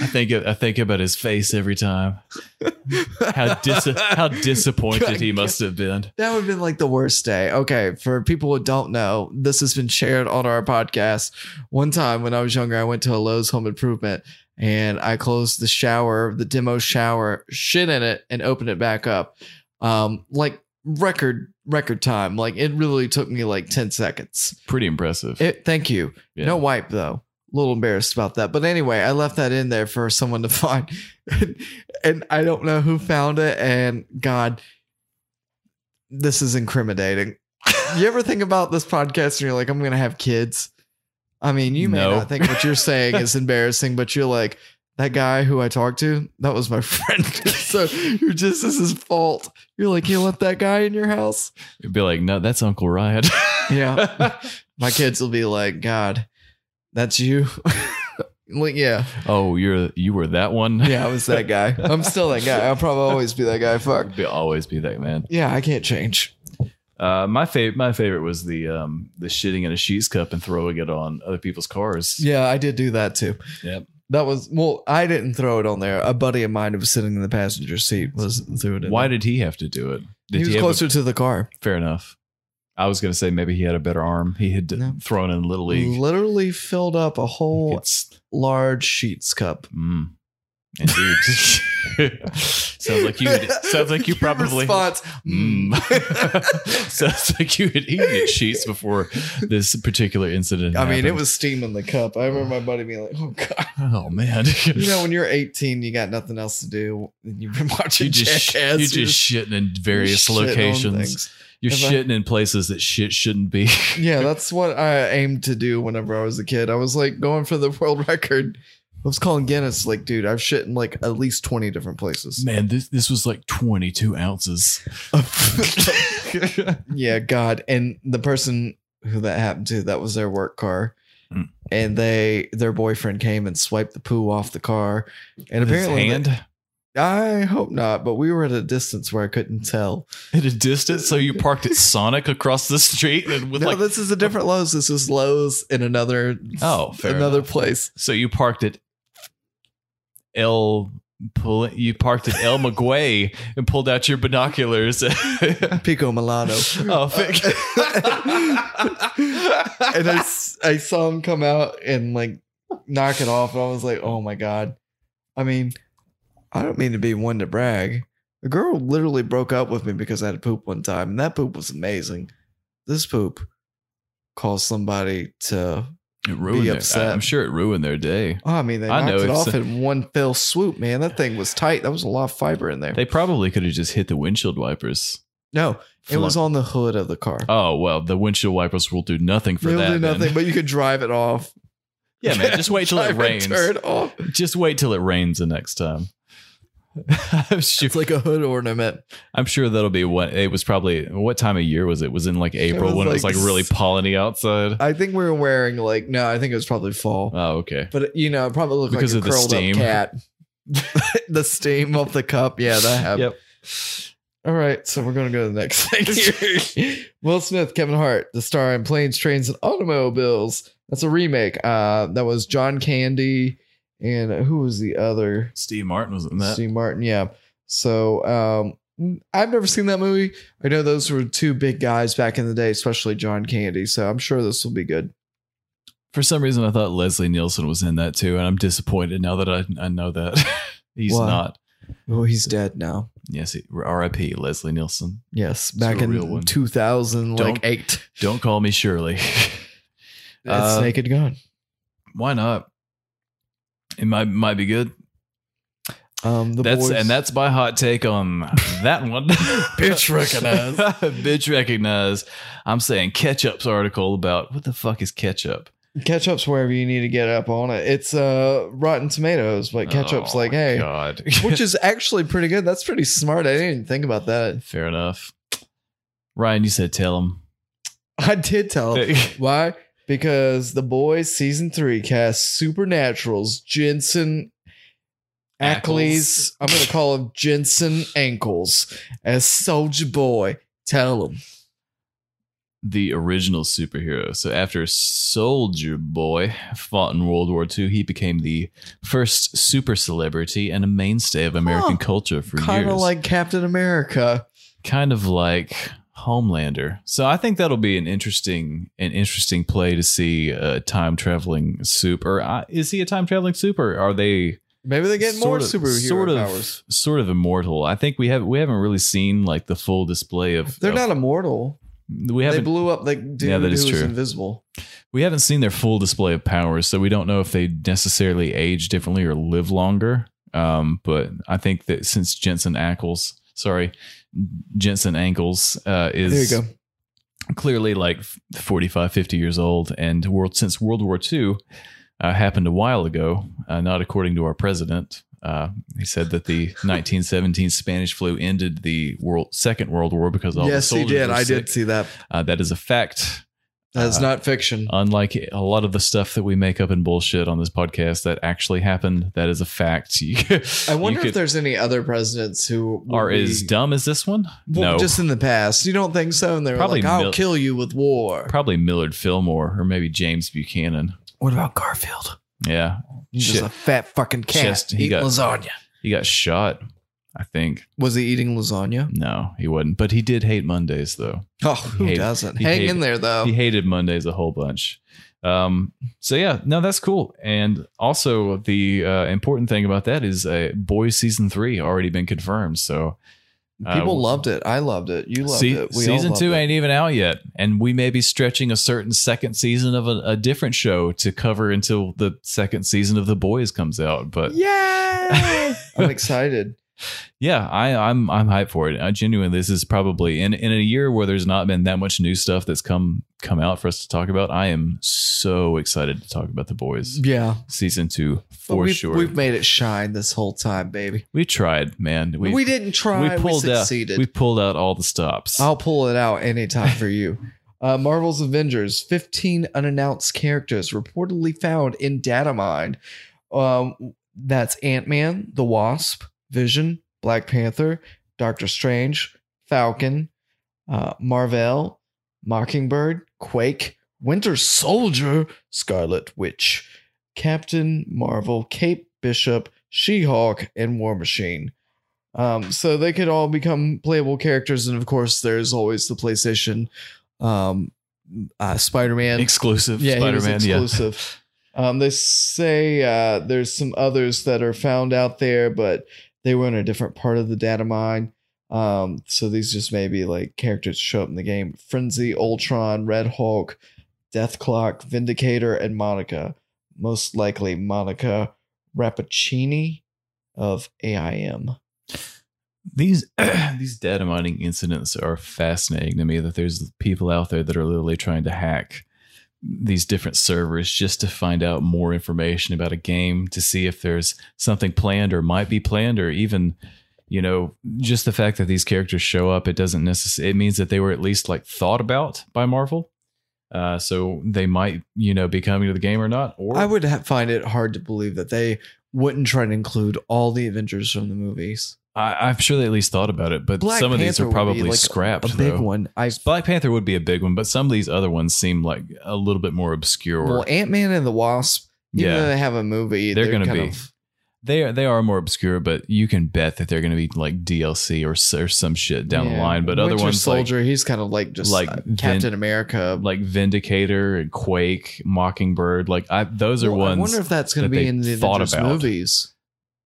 B: I think I think about his face every time. How dis-
C: *laughs*
B: how disappointed he must have been.
C: That would have been like the worst day. Okay, for people who don't know, this has been shared on our podcast. One time when I was younger, I went to a Lowe's home improvement and I closed the shower, the demo shower, shit in it, and opened it back up. Um, like record record time. Like it really took me like 10 seconds.
B: Pretty impressive.
C: It thank you.
B: Yeah.
C: No wipe though. A little embarrassed about that. But anyway, I left that in there for someone to *laughs* find. and, I don't know who found it. And God, this is incriminating. you ever think about this podcast and you're like, I'm gonna have kids? I mean, you may
B: No.
C: not think what you're saying is embarrassing, but you're like, that guy who I talked to, that was my *laughs* friend. so you're just this is his fault. You're like, you let that guy in your house?
B: It'd be like, no, that's Uncle
C: *laughs*
B: Riot.
C: Yeah my kids will be like, God, that's you. *laughs* like, yeah,
B: *laughs* oh, you're you were that one. *laughs*
C: yeah, I was that guy. I'm still that guy. I'll probably always be that guy. Fuck.
B: Be, always be that man.
C: Yeah, I can't change.
B: Uh, my favorite, my favorite was the um, the shitting in a sheets cup and throwing it on other people's cars.
C: Yeah, I did do that too.
B: Yep.
C: That was well, I didn't throw it on there. A buddy of mine who was sitting in the passenger seat was threw it in.
B: Why
C: there.
B: did he have to do it? Did
C: he was
B: have
C: closer to the car?
B: A, fair enough. I was gonna say maybe he had a better arm. He had
C: No.
B: thrown in little league.
C: Literally filled up a whole
B: It's-
C: large sheets cup.
B: Mm. Indeed.
C: *laughs*
B: sounds like you. Had, sounds like you
C: Your
B: probably.
C: response.
B: Mm. *laughs*
C: mm.
B: sounds like you had eaten at sheets before this particular incident.
C: *laughs* I mean, it
B: happened.
C: was steam in the cup. I remember my buddy being like, "Oh God."
B: Oh man.
C: You
B: *laughs*
C: know, when you're 18, you got nothing else to do. and You've been *laughs* watching
B: You just sh-
C: Jackass.
B: you just shitting in various
C: shitting on
B: locations.
C: things.
B: You're
C: If I-
B: shitting in places that shit shouldn't be. *laughs*
C: Yeah, that's what I aimed to do whenever I was a kid. I was like going for the *laughs* world record. I was calling Guinness, like, dude, I've shit in like at least 20
B: *laughs*
C: different places.
B: Man, this this was like 22 ounces.
C: *laughs* yeah, God. And the person who that happened to, that was their work car.
B: Mm.
C: And they, their boyfriend came and swiped the poo off the car. And apparently,
B: His hand
C: I hope not, but we were at a distance where I couldn't tell.
B: at a distance, so you parked at Sonic across the street and with
C: no,
B: like
C: this is a different Lowe's. This is Lowe's in another
B: Oh, fair
C: another
B: enough.
C: place.
B: So you parked at El pull you parked at El McGuay and pulled out your binoculars. *laughs* oh, *laughs*
C: Pico Milano.
B: fuck.
C: *laughs* and I, s- I saw him come out and like knock it off, and I was like, oh my god. I mean, I don't mean to be one to brag. A girl literally broke up with me because I had to poop one time, and that poop was amazing. This poop caused somebody to.
B: It ruined their,
C: upset.
B: I'm sure it ruined their day.
C: Oh, I mean, they
B: I
C: knocked
B: know,
C: it
B: it's-
C: off in one fell swoop, man. That thing was tight. That was a lot of fiber in there.
B: They probably could have just hit the windshield wipers.
C: no, it was
B: Flunk.
C: on the hood of the car.
B: Oh well, the windshield wipers will do nothing for
C: They'll
B: that.
C: do
B: then.
C: nothing, but you could drive it off. *laughs*
B: yeah, man, just wait till it
C: Drive
B: rains.
C: Turn it off.
B: Just wait till it rains the next time. *laughs* I'm sure,
C: It's like a hood ornament.
B: I'm sure that'll be what it was probably. What time of year was it? Was in like April
C: was
B: when it was
C: like
B: like really
C: s-
B: polleny outside.
C: I think we were wearing like no, I think it was probably fall.
B: oh, okay.
C: But you know, it probably looked
B: Because
C: like
B: of
C: a
B: the
C: curled
B: steam.
C: up cat. *laughs* the steam off the cup. Yeah, that happened.
B: Yep.
C: All right, so we're gonna go to the next *laughs*
B: *laughs*
C: thing. here. Will Smith, Kevin Hart, the star in Planes, Trains, and Automobiles. That's a remake. Uh, that was John Candy and who was the other?
B: Steve Martin was in that.
C: Steve Martin. Yeah. So um, I've never seen that movie. I know those were two big guys back in the day, especially John Candy. So I'm sure this will be good.
B: For some reason, I thought Leslie Nielsen was in that too, and I'm disappointed now that I, I know that *laughs* he's
C: Why?
B: not.
C: Oh, he's dead now.
B: Yes, he- R.I.P. Leslie Nielsen.
C: Yes,
B: It's
C: back
B: a real one.
C: in 2000, like
B: Don't-
C: eight.
B: Don't call me Shirley. *laughs*
C: That's
B: Uh,
C: Naked Gun.
B: Why not? It might might be good.
C: Um, the
B: that's
C: boys.
B: and that's my hot take on that one.
C: *laughs* Bitch recognize.
B: *laughs* Bitch recognize. I'm saying ketchup's article about what the fuck is ketchup?
C: ketchup's wherever you need to get up on it. It's uh Rotten Tomatoes, but ketchup's
B: Oh,
C: like, hey, *laughs*
B: God.
C: which is actually pretty good. That's pretty smart. I didn't even think
B: *laughs*
C: about
B: *laughs*
C: that.
B: Fair enough. Ryan, you said tell him.
C: I did *laughs* tell. him. Why? Because the boys season three cast Supernaturals Jensen
B: Ackles.
C: Ackles. I'm gonna call him Jensen Ankles as Soldier Boy. Tell him.
B: *laughs* the original superhero. So after Soldier Boy fought in World War II, he became the first super celebrity and a mainstay of American
C: Huh.
B: culture for
C: Kind of
B: years.
C: like Captain America.
B: kind of like Homelander. So I think that'll be an interesting an interesting play to see a time traveling soup. Or uh, is he a time traveling soup? Or are they
C: Maybe they get more
B: sort of-
C: superhero
B: sort of,
C: powers.
B: Sort of immortal. I think we have we haven't really seen like the full display of.
C: They're
B: of-
C: not immortal.
B: we
C: They
B: haven't
C: blew up like dude
B: Yeah, that
C: who
B: is
C: was
B: true.
C: invisible.
B: we haven't seen their full display of powers, so we don't know if they necessarily age differently or live longer. Um, but I think that since Jensen Ackles, sorry, Jensen Ankles uh,
C: There you
B: is
C: go.
B: clearly like 45, 50 years old, and world since World War II uh, happened a while ago, uh, not according to our president. Uh, he said that the
C: *laughs*
B: 1917 Spanish flu ended the world Second World War because all
C: Yes,
B: the
C: he
B: soldiers
C: did.
B: were
C: I
B: sick.
C: did see that.
B: Uh, that is a fact
C: That's
B: Uh,
C: not fiction.
B: unlike a lot of the stuff that we make up and bullshit on this podcast that actually happened that is a fact *laughs* You-
C: I
B: you
C: wonder if
B: could-
C: there's any other presidents who would
B: are as
C: be-
B: dumb as this one
C: Well,
B: no
C: just in the past. You don't think so? And they're
B: Probably
C: like, "I'll
B: mil-
C: kill you with war."
B: probably millard fillmore or maybe james buchanan
C: What about Garfield?
B: yeah
C: He's
B: Shit.
C: just a fat fucking cat
B: Just- he
C: eating
B: got-
C: lasagna.
B: he got shot i think
C: Was he eating lasagna?
B: no he wasn't but he did hate mondays though
C: Oh, who
B: hated-
C: doesn't?
B: he
C: Hang
B: hated-
C: in there though.
B: he hated mondays a whole bunch um so yeah no that's cool and also the uh, important thing about that is uh, boys season three already been confirmed so uh,
C: People loved it. I loved it. You loved
B: See,
C: it. We all
B: season
C: loved
B: two
C: it.
B: ain't even out yet, and we may be stretching a certain second season of a, a different show to cover until the second season of The Boys comes out. But yeah,
C: Yeah, I'm
B: *laughs*
C: excited.
B: I, I'm I'm hyped for it. I genuinely, this is probably in in a year where there's not been that much new stuff that's come come out for us to talk about. I am so excited to talk about The Boys
C: Yeah,
B: season two
C: But
B: for
C: we've,
B: sure.
C: We've
B: We've,
C: made it shine this whole time, baby.
B: we tried, man.
C: We,
B: We we,
C: didn't try. We,
B: pulled out.
C: succeeded.
B: We pulled out all the stops.
C: I'll pull it out anytime for you. Uh, Marvel's Avengers, 15 unannounced characters reportedly found in Datamine. Um, that's Ant Man, The Wasp, Vision, Black Panther, Doctor Strange, Falcon, uh, Marvel, Mockingbird, Quake, Winter Soldier, Scarlet Witch, Captain Marvel, Kate Bishop, She Hulk, and War Machine. Um, so they could all become playable characters, and of course, there's always the PlayStation um, uh, Spider-Man.
B: exclusive
C: yeah, he was
B: Spider-Man. Yeah.
C: exclusive. Um, they say uh, there's some others that are found out there, but they were in a different part of the data mine. Um, so these just may be like characters show up in the game: Frenzy, Ultron, Red Hulk, Death Clock, Vindicator, and Monica. Most likely Monica Rappaccini of AIM.
B: these *clears throat* these data mining incidents are fascinating to me that there's people out there that are literally trying to hack these different servers just to find out more information about a game to see if there's something planned or might be planned or even you know just the fact that these characters show up it doesn't necessarily it means that they were at least like thought about by marvel uh, so they might you know be coming to the game or not or
C: I would ha- find it hard to believe that they wouldn't try to include all the Avengers from the movies.
B: I, i'm sure they at least thought about it but
C: Black
B: some of these
C: Panther
B: are
C: would be,
B: probably
C: like,
B: scrapped
C: A big
B: though.
C: one. I
B: Black Panther would be a big one, but some of these other ones seem like a little bit more obscure.
C: well, Ant Man and the Wasp. Even
B: Yeah.
C: though they have a movie,
B: They're
C: they're,
B: gonna
C: kind
B: be.
C: of-
B: they are, they are more obscure, but you can bet that they're going to be like DLC or, s- or some shit down the
C: Yeah.
B: line. But other
C: Winter
B: ones
C: Soldier, he's kind of like just
B: like
C: like
B: Vin-
C: Captain America.
B: like like Vindicator and Quake, Mockingbird, like I, those are
C: Well, I
B: ones
C: wonder if that's going
B: that
C: to be
B: they
C: in the
B: thought
C: Avengers
B: about. *laughs*
C: movies.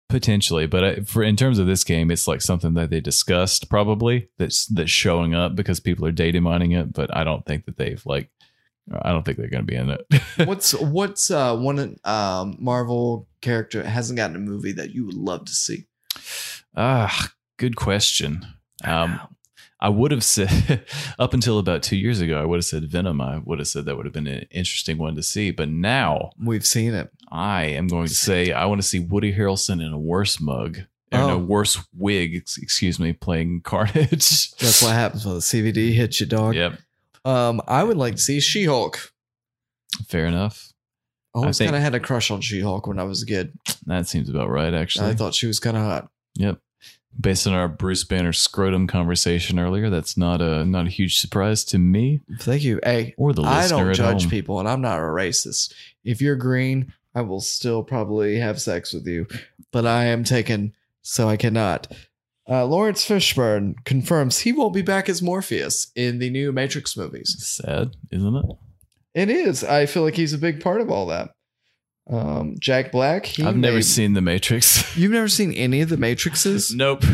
B: potentially. But I, for in terms of this game, it's like something that they discussed probably that's that's showing up because people are data mining it. But I don't think that they've like I don't think they're going to be in it. *laughs*
C: what's what's uh, one um, Marvel character that hasn't gotten a movie that you would love to see?
B: Ah, good question. Um, I would have said *laughs* up until about two years ago, I would have said Venom. I would have said that would have been an interesting one to see. But now
C: We've seen it.
B: I am going to say I want to see Woody Harrelson in a worse mug or in a
C: Oh.
B: worse wig, ex- excuse me, playing *laughs* Carnage.
C: That's what happens when the CVD hits you, dog.
B: Yep,
C: Um, I would like to see She Hulk.
B: fair enough.
C: I always
B: think-
C: kind of had a crush on She Hulk when I was a kid.
B: That seems about right, actually.
C: I thought she was kind of hot.
B: yep. Based on our Bruce Banner scrotum conversation earlier, that's not a not a huge surprise to me
C: Thank you. Hey,
B: or the
C: I
B: listener
C: don't
B: at
C: judge
B: home.
C: people, and I'm not a racist. If you're green, I will still probably have sex with you, but I am taken, so I cannot. Uh, Lawrence Fishburne confirms he won't be back as Morpheus in the new Matrix movies.
B: Sad, isn't it?
C: It is. I feel like he's a big part of all that. Um, Jack Black. He
B: I've never
C: made-
B: seen The
C: *laughs*
B: Matrix.
C: You've never seen any of the Matrixes.
B: nope. Is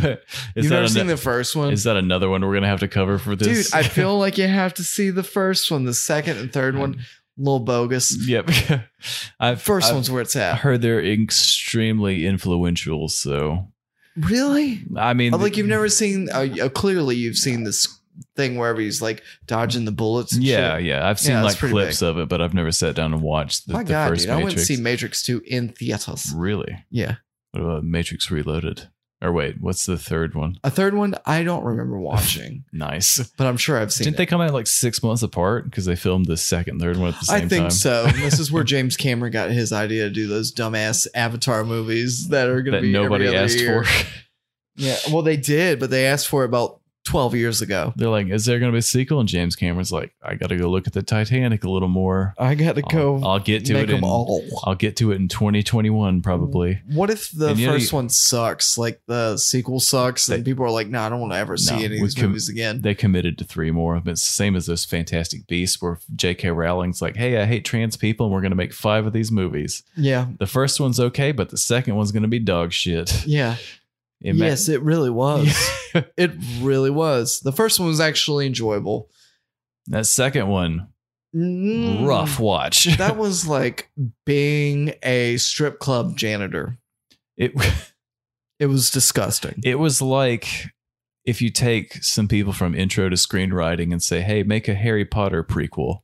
C: You've
B: that,
C: never seen
B: an-
C: the first one.
B: is that another one we're gonna have to cover for
C: Dude,
B: this?
C: I feel *laughs* like you have to see the first one, the second and third one, a little bogus.
B: *laughs* yep. *laughs* I've
C: 1st
B: I've
C: one's where it's at.
B: heard they're extremely influential. So
C: Really?
B: I mean,
C: Oh, like you've never seen. Uh, uh, clearly, you've seen this thing wherever he's like dodging the bullets. And
B: Yeah,
C: shit.
B: yeah. I've seen
C: Yeah, it's
B: like
C: pretty
B: clips of it, but I've never sat down and watched the,
C: My
B: the
C: God,
B: first
C: dude, I went to
B: Matrix.
C: see Matrix Two in theaters.
B: really?
C: Yeah,
B: What about Matrix Reloaded? Or wait, what's the third one?
C: a third one I don't remember watching, *laughs*
B: Nice.
C: but I'm sure I've seen.
B: Didn't
C: it.
B: they come out like six months apart because they filmed the second, third one at the
C: I
B: same
C: think
B: time?
C: so.
B: *laughs*
C: This is where James Cameron got his idea to do those dumbass Avatar movies that are going to
B: That
C: be
B: nobody
C: every other
B: asked
C: year.
B: for.
C: Yeah, well, they did, but they asked for it about twelve years ago.
B: They're like, "Is there going to be a sequel?" And James Cameron's like, "I got to go look at the Titanic a little more.
C: I got to
B: I'll-
C: go
B: I'll, get to
C: make
B: it. In,
C: them all.
B: I'll get to it in 2021, probably.
C: What if the
B: And you know,
C: first
B: you-
C: one sucks? Like the sequel sucks, and
B: They-
C: people are like, "No, I don't want to ever see
B: No,
C: any
B: we
C: of these
B: com-
C: movies again."
B: They committed to three more. But it's the same as those Fantastic Beasts, where J.K. Rowling's like, "Hey, I hate trans people, and we're going to make five of these movies.
C: yeah,
B: The first one's okay, but the second one's going to be dog shit."
C: yeah,
B: It ma-
C: yes, it really
B: *laughs*
C: was. it really was. The first one was actually enjoyable.
B: that second one,
C: Mm.
B: rough watch.
C: that was like being a strip club janitor.
B: *laughs* it
C: It was disgusting.
B: it was like. If you take some people from intro to screenwriting and say, "Hey, make a Harry Potter prequel,"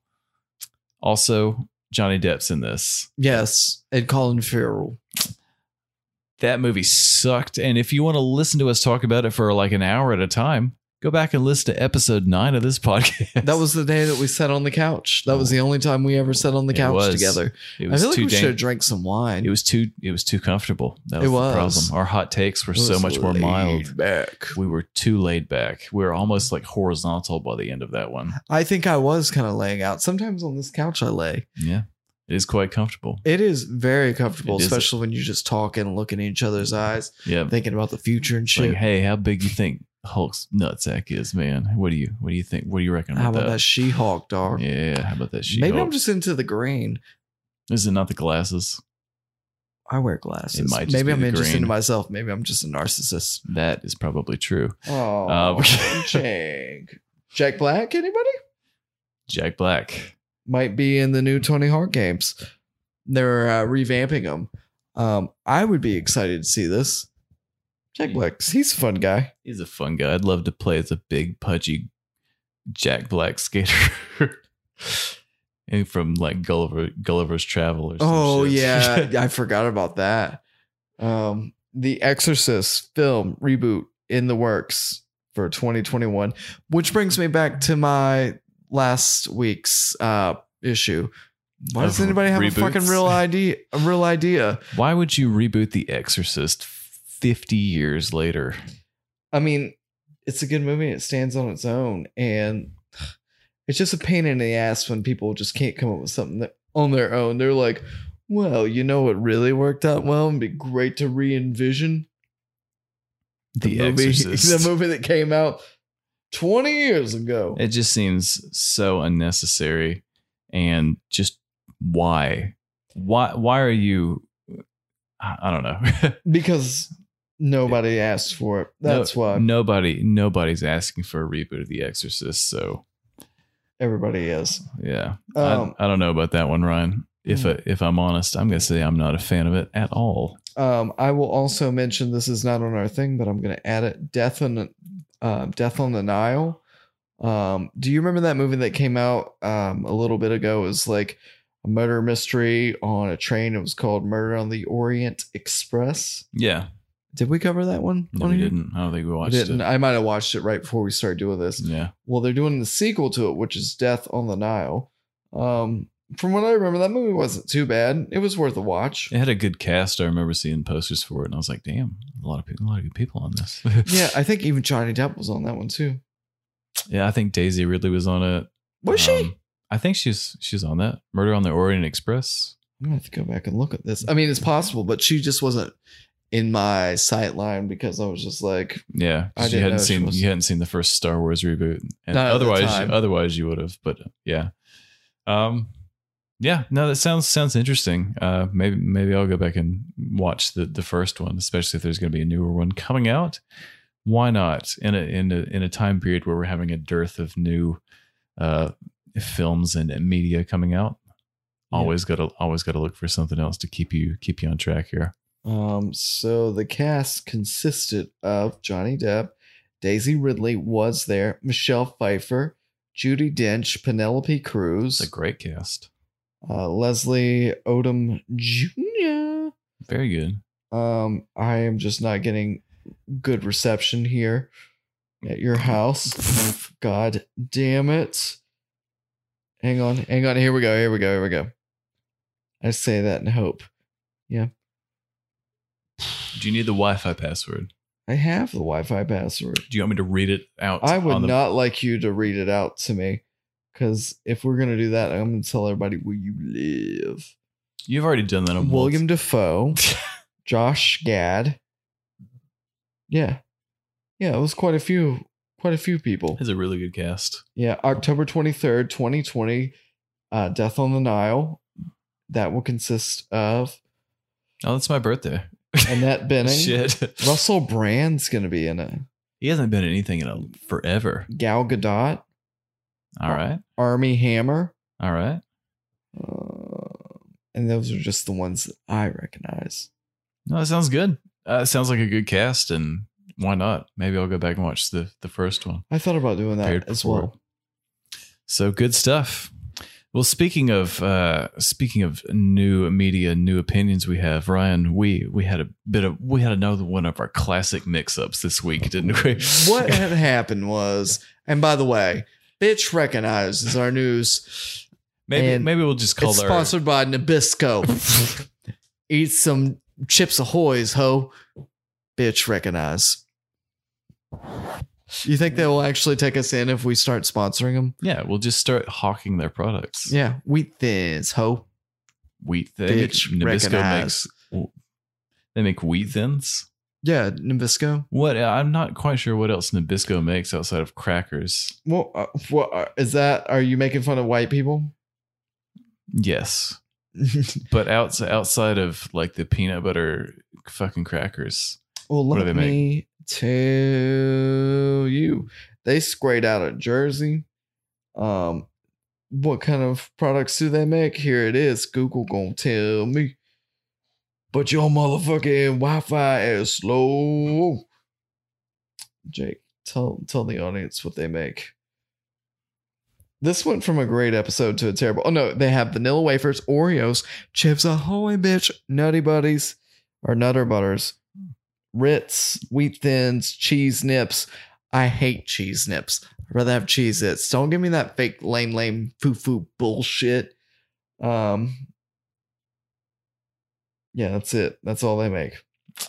B: also Johnny Depp's in this.
C: yes, and Colin Farrell.
B: that movie sucked. And if you want to listen to us talk about it for like an hour at a time, go back and listen to episode nine of this *laughs* podcast.
C: That was the day that we sat on the couch. That was the only time we ever sat on the
B: Oh. It
C: couch
B: was.
C: together.
B: it
C: I
B: was
C: feel like
B: too
C: we should have
B: dang-
C: drank some wine.
B: it was too it was too comfortable. That was,
C: It
B: the
C: was.
B: problem. Our hot takes were
C: It
B: so
C: was
B: much more
C: laid
B: mild.
C: Back.
B: We were too laid back. We were almost like horizontal by the end of that
C: *laughs*
B: one.
C: I think I was kind of laying out. Sometimes on this couch I lay.
B: Yeah. It is quite comfortable.
C: It is very comfortable,
B: It is.
C: especially when you just talk and looking in each other's eyes,
B: Yeah.
C: thinking about the future and shit.
B: Like, hey, how big you think Hulk's nutsack is, man? What do you what do you think? What do you reckon about,
C: How about that,
B: that?
C: She Hulk, dog?
B: yeah, how about that shit?
C: Maybe I'm just into the green.
B: Is it not the glasses?
C: I wear glasses.
B: It might just be
C: Maybe I'm
B: the
C: interested
B: green.
C: in myself. Maybe I'm just a narcissist.
B: That is probably true. *laughs*
C: Oh,
B: Um,
C: Jack. Jack Black, anybody?
B: Jack Black.
C: Might be in the new Tony Hawk games. They're uh, revamping them. Um, I would be excited to see this.
B: Hmm.
C: Jack Black, he's a fun guy.
B: He's a fun guy. I'd love to play as a big pudgy Jack Black skater. *laughs* and from like Gulliver Gulliver's Travel or some
C: Oh
B: shit. *laughs*
C: yeah, I forgot about that. Um, the Exorcist film reboot in the works for 2021, which brings me back to my last week's uh issue. Why does
B: Of
C: anybody have
B: reboots?
C: a fucking
B: *laughs*
C: real idea? A real idea?
B: Why would you reboot The Exorcist 50 years later?
C: I mean, it's a good movie. It stands on its own, and *sighs* it's just a pain in the ass when people just can't come up with something that, on their own. They're like, "Well, you know what really worked out well and be great to re-envision."
B: The,
C: movie, *laughs*
B: Exorcist.
C: the movie that came out 20 years ago.
B: It just seems so unnecessary and just why? Why why are you I I don't know. *laughs*
C: because nobody asked for it. That's
B: No-
C: why
B: nobody nobody's asking for a reboot of The Exorcist, so
C: everybody is.
B: yeah.
C: Um, hmm.
B: I, I don't know about that one, Ryan. If I, if I'm honest, I'm gonna say I'm not a fan of it at all.
C: Um, I will also mention this is not on our thing, but I'm going to add it. Death on the- uh, Death on the Nile. Um, do you remember that movie that came out um, a little bit ago? It was like a murder mystery on a train. It was called Murder on the Orient Express.
B: Yeah,
C: Did we cover that one?
B: no,
C: on
B: we
C: here?
B: didn't. I don't think we
C: We
B: watched
C: didn't.
B: it.
C: I might have watched it right before we started doing this.
B: Yeah,
C: Well, they're doing the sequel to it, which is Death on the Nile. Um, from what I remember, that movie wasn't too bad. It was worth a watch.
B: it had a good cast. I remember seeing posters for it, and I was like, "Damn, a lot of people, a lot of good people on this." *laughs*
C: Yeah, I think even Johnny Depp was on that one too.
B: yeah. I think Daisy Ridley was on it.
C: Was she?
B: Um, I think she's she's on that Murder on the Orient Express.
C: I'm gonna have to go back and look at this. I mean, it's possible, but she just wasn't in my sight line because I was just like,
B: Yeah,
C: I
B: you
C: didn't
B: hadn't
C: know she
B: seen
C: was-
B: you hadn't seen the first Star Wars reboot, and
C: Not at the
B: otherwise,
C: time.
B: otherwise you would have. But yeah, um, yeah, no, that sounds sounds interesting. Uh, maybe maybe I'll go back and watch the the first one, especially if there's going to be a newer one coming out. Why not in a in a in a time period where we're having a dearth of new uh films and media coming out?
C: Yeah.
B: Always gotta always gotta look for something else to keep you keep you on track here.
C: um. So the cast consisted of Johnny Depp, Daisy Ridley was there, Michelle Pfeiffer, Judy Dench, Penelope Cruz,
B: It's a great cast,
C: uh, Leslie Odom Jr.
B: very good.
C: Um, I am just not getting good reception here at your house. God damn it. Hang on, hang on. Here we go. Here we go. Here we go. I say that in hope.
B: Do you need the Wi-Fi password?
C: I have the Wi Fi password.
B: Do you want me to read it out?
C: I would
B: on the-
C: not like you to read it out to me because if we're going to do that, I'm going to tell everybody where you live.
B: You've already done that. On
C: William
B: William. *laughs*
C: Defoe, Josh Gad. Yeah. Yeah, it was quite a few quite a few people.
B: It's a really good cast.
C: Yeah, October 23rd, 2020, uh, Death on the Nile. That will consist of
B: Oh, that's my birthday. *laughs*
C: Annette Benning.
B: Shit.
C: Russell Brand's going to be in it.
B: He hasn't been in anything in a forever.
C: Gal Gadot,
B: All right.
C: Army Hammer.
B: All right.
C: Uh, and those are just the ones that I recognize.
B: No, that sounds good. Uh, it sounds like a good cast, and why not? Maybe I'll go back and watch the the first one.
C: I thought about doing that
B: Prepared
C: as
B: for
C: well.
B: So good stuff. Well, speaking of uh, speaking of new media, new opinions we have, Ryan. We we had a bit of we had another one of our classic mix ups this week, didn't we?
C: *laughs* What had happened was, and by the way, Bitch Recognizes our news.
B: *laughs* Maybe
C: And
B: maybe we'll just call
C: it's
B: our
C: sponsored
B: *laughs*
C: by Nabisco. Eat some Chips Ahoy's, ho. Bitch, recognize. You think they will actually take us in if we start sponsoring them?
B: Yeah, we'll just start hawking their products.
C: Yeah, wheat thins, ho.
B: Wheat thins.
C: Bitch,
B: Nabisco
C: recognize.
B: makes they make wheat thins.
C: Yeah, Nabisco.
B: What I'm not quite sure what else Nabisco makes outside of crackers.
C: Well, uh, what uh, is that? Are you making fun of white people? *laughs*
B: Yes, but outside outside of like the peanut butter fucking crackers,
C: Well,
B: What do
C: let
B: they make?
C: me tell you, they sprayed out a jersey. Um, what kind of products do they make? Here it is. Google gonna tell me. But your motherfucking Wi-Fi is slow. Jake, tell tell the audience what they make. This went from a great episode to a terrible. Oh no, they have vanilla wafers, Oreos, chips, ahoy, bitch, nutty buddies, or nutter butters, Ritz, wheat thins, cheese nips. I hate cheese nips. I'd rather have cheese its. Don't give me that fake lame lame foo foo bullshit. Um Yeah, that's it. That's all they make.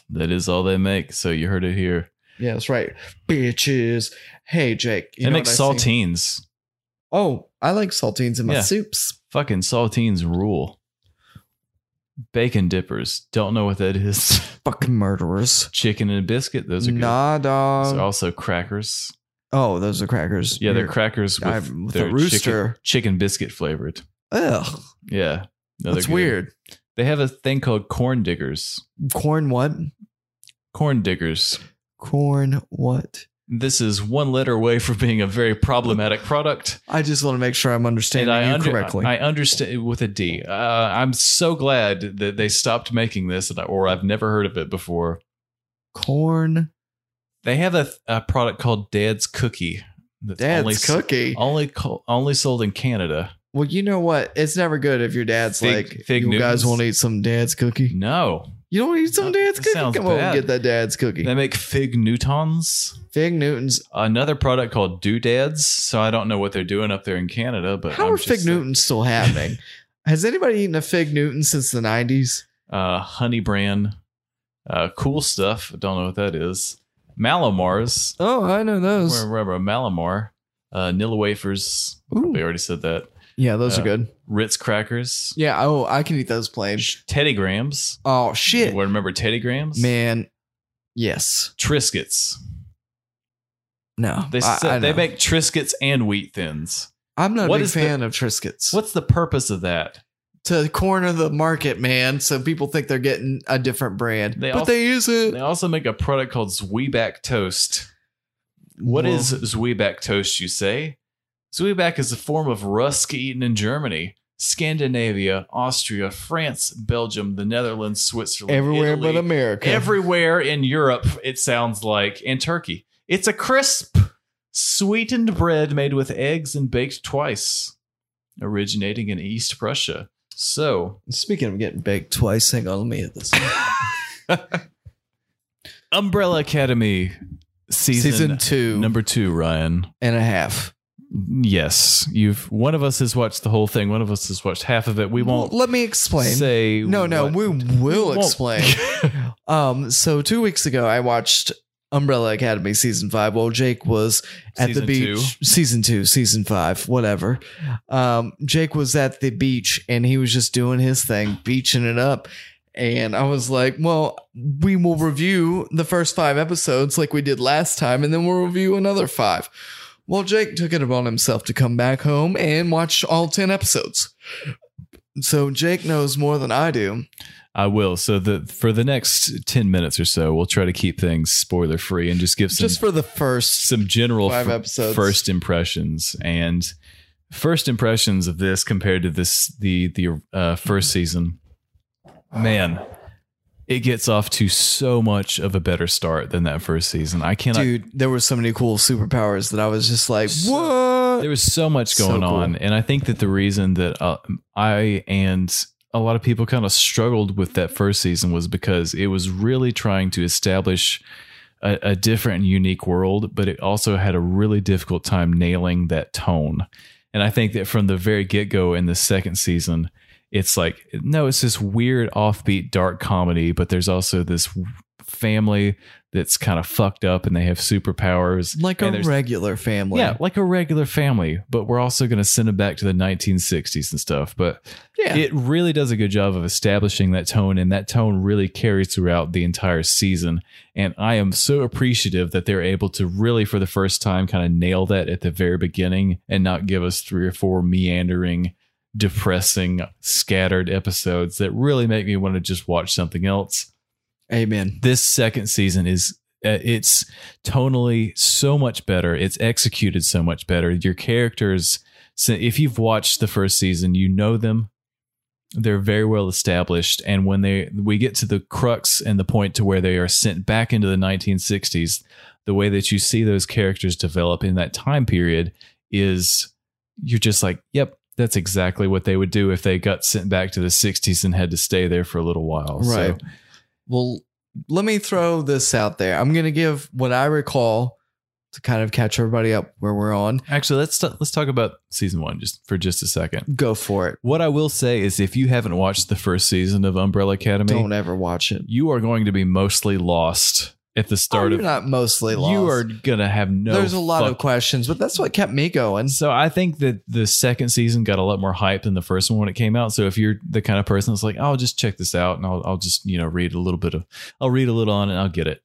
B: That is all they make. So you heard it here.
C: Yeah, that's right. Bitches. Hey Jake. you
B: they
C: know
B: make
C: what I see?
B: saltines.
C: Oh, I like saltines in my
B: Yeah.
C: soups.
B: Fucking saltines rule. Bacon dippers. Don't know what that is. *laughs*
C: Fucking murderers.
B: Chicken and a biscuit. Those are good.
C: Nah, dog.
B: There's also crackers.
C: oh, those are crackers.
B: Yeah, they're
C: You're-
B: crackers with,
C: I'm- with a
B: they're chicken-
C: rooster.
B: Chicken, biscuit flavored.
C: Ugh,
B: Yeah. No,
C: that's
B: they're good.
C: weird.
B: They have a thing called corn diggers.
C: Corn what?
B: Corn diggers.
C: Corn what?
B: This is one letter away from being a very problematic
C: *laughs*
B: product.
C: I just want to make sure I'm understanding
B: I
C: you
B: under-
C: correctly.
B: I understand with a D. Uh, I'm so glad that they stopped making this, and I, or I've never heard of it before.
C: corn
B: They have a, a product called Dad's Cookie. That's
C: dad's
B: only,
C: cookie.
B: Only co- only sold in Canada.
C: well, you know what? It's never good if your dad's
B: Fig-
C: like,
B: Fig
C: you guys
B: Newtons.
C: want to eat some dad's cookie?
B: No,
C: You don't want to eat some
B: Uh,
C: dad's
B: that
C: cookie? Come
B: sounds
C: on,
B: bad.
C: get that dad's cookie.
B: they make fig Newtons.
C: Fig Newtons.
B: Another product called Doodads. So I don't know what they're doing up there in Canada, but
C: How
B: I'm
C: are
B: just
C: Fig
B: like-
C: Newtons
B: *laughs*
C: still happening? Has anybody eaten a Fig Newton since the 90s?
B: uh, Honey Brand, uh, cool stuff. Don't know what that is. Malamars.
C: Oh, I know those.
B: Remember Malamar, uh, Nilla wafers.
C: Ooh.
B: We already said that.
C: Yeah, those are
B: Uh,
C: good.
B: Ritz crackers,
C: Yeah, oh, I can eat those plain.
B: Teddy Grahams.
C: Oh shit,
B: Well, remember Teddy Grahams?
C: man. Yes.
B: No. They,
C: I-
B: said
C: I
B: they
C: know.
B: make Triscuits and Wheat Thins.
C: I'm not
B: what
C: a big
B: is the-
C: fan of Triscuits.
B: What's the purpose of that?
C: To corner the market, man, so people think they're getting a different brand,
B: They
C: but
B: also-
C: they use it.
B: They also make a product called Zwieback Toast. What is Zwieback toast, you say? Zwieback is a form of rusk eaten in Germany, Scandinavia, Austria, France, Belgium, the Netherlands, Switzerland,
C: everywhere
B: Italy,
C: but America?
B: Everywhere in Europe, it sounds like, and Turkey. It's a crisp, sweetened bread made with eggs and baked twice, originating in East Prussia. So,
C: Speaking of getting baked twice, hang on, let me hit this.
B: Umbrella Academy *laughs* season,
C: Season two
B: number two, Ryan.
C: and a half.
B: Yes, you've. One of us has watched the whole thing. One of us has watched half of it. We won't
C: Let me explain.
B: say.
C: no, no,
B: what-
C: we will
B: won't.
C: *laughs*
B: *laughs*
C: explain. um, so two weeks ago, I watched Umbrella Academy season five while Jake was at the
B: Season
C: beach season two season five whatever um jake was at the beach and he was just doing his thing beaching it up and i was like well we will review the first five episodes like we did last time and then we'll review another five well jake took it upon himself to come back home and watch all 10 episodes so jake knows more than i do
B: I will. So the for the next ten minutes or so, we'll try to keep things spoiler free and just give some
C: just for the first
B: some general
C: five episodes.
B: first impressions and first impressions of this compared to this the the uh,
C: *laughs*
B: first season. Man, it gets off to so much of a better start than that first season. I cannot
C: dude there were so many cool superpowers that i was just like what
B: there was so much
C: So
B: going
C: cool.
B: on and i think that the reason that uh, i and a lot of people kind of struggled with that first season was because it was really trying to establish a, a different and unique world but it also had a really difficult time nailing that tone and i think that from the very get-go in the second season it's like no it's this weird offbeat dark comedy but there's also this family that's kind of fucked up and they have superpowers
C: like
B: and
C: a
B: there's
C: regular family
B: yeah, like a regular family, but we're also going to send it back to the 1960s and stuff. But
C: Yeah.
B: it really does a good job of establishing that tone, and that tone really carries throughout the entire season. And I am so appreciative that they're able to really, for the first time, kind of nail that at the very beginning and not give us three or four meandering, depressing, scattered episodes that really make me want to just watch something else
C: Amen.
B: this second season is uh, it's tonally so much better it's executed so much better your characters so if you've watched the first season you know them they're very well established and when they we get to the crux and the point to where they are sent back into the 1960s the way that you see those characters develop in that time period is you're just like, yep, that's exactly what they would do if they got sent back to the 60s and had to stay there for a little while. So,
C: Right. Well, let me throw this out there. I'm going to give what I recall to kind of catch everybody up where we're on.
B: actually, let's t- let's talk about season one just for just a second.
C: Go for it.
B: What I will say is, if you haven't watched the first season of Umbrella Academy,
C: Don't ever watch it.
B: you are going to be mostly lost at the start
C: Oh,
B: of.
C: you're not mostly lost.
B: You are gonna have no.
C: There's a lot of
B: fuck-
C: questions, but that's what kept me going.
B: So I think that the second season got a lot more hype than the first one when it came out. So if you're the kind of person that's like, I'll just check this out and I'll, I'll just, you know, read a little bit of, I'll read a little on it and I'll get it.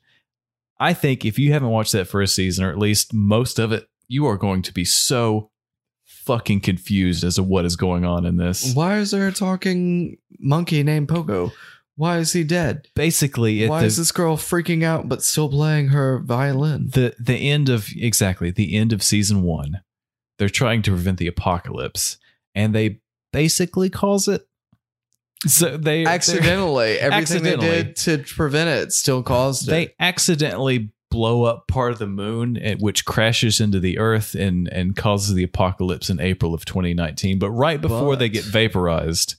B: I think if you haven't watched that first season or at least most of it, you are going to be so fucking confused as to what is going on in this.
C: Why is there a talking monkey named Pogo? Why is he dead?
B: Basically, at
C: Why
B: the,
C: is this girl freaking out but still playing her violin?
B: the the end of exactly the end of season one they're trying to prevent the apocalypse and they basically cause it so they
C: *laughs* Accidentally, everything they
B: Accidentally.
C: did to prevent it still caused
B: they
C: it.
B: accidentally blow up part of the moon and- which crashes into the earth and and causes the apocalypse in april of 2019 but right before
C: But-
B: they get vaporized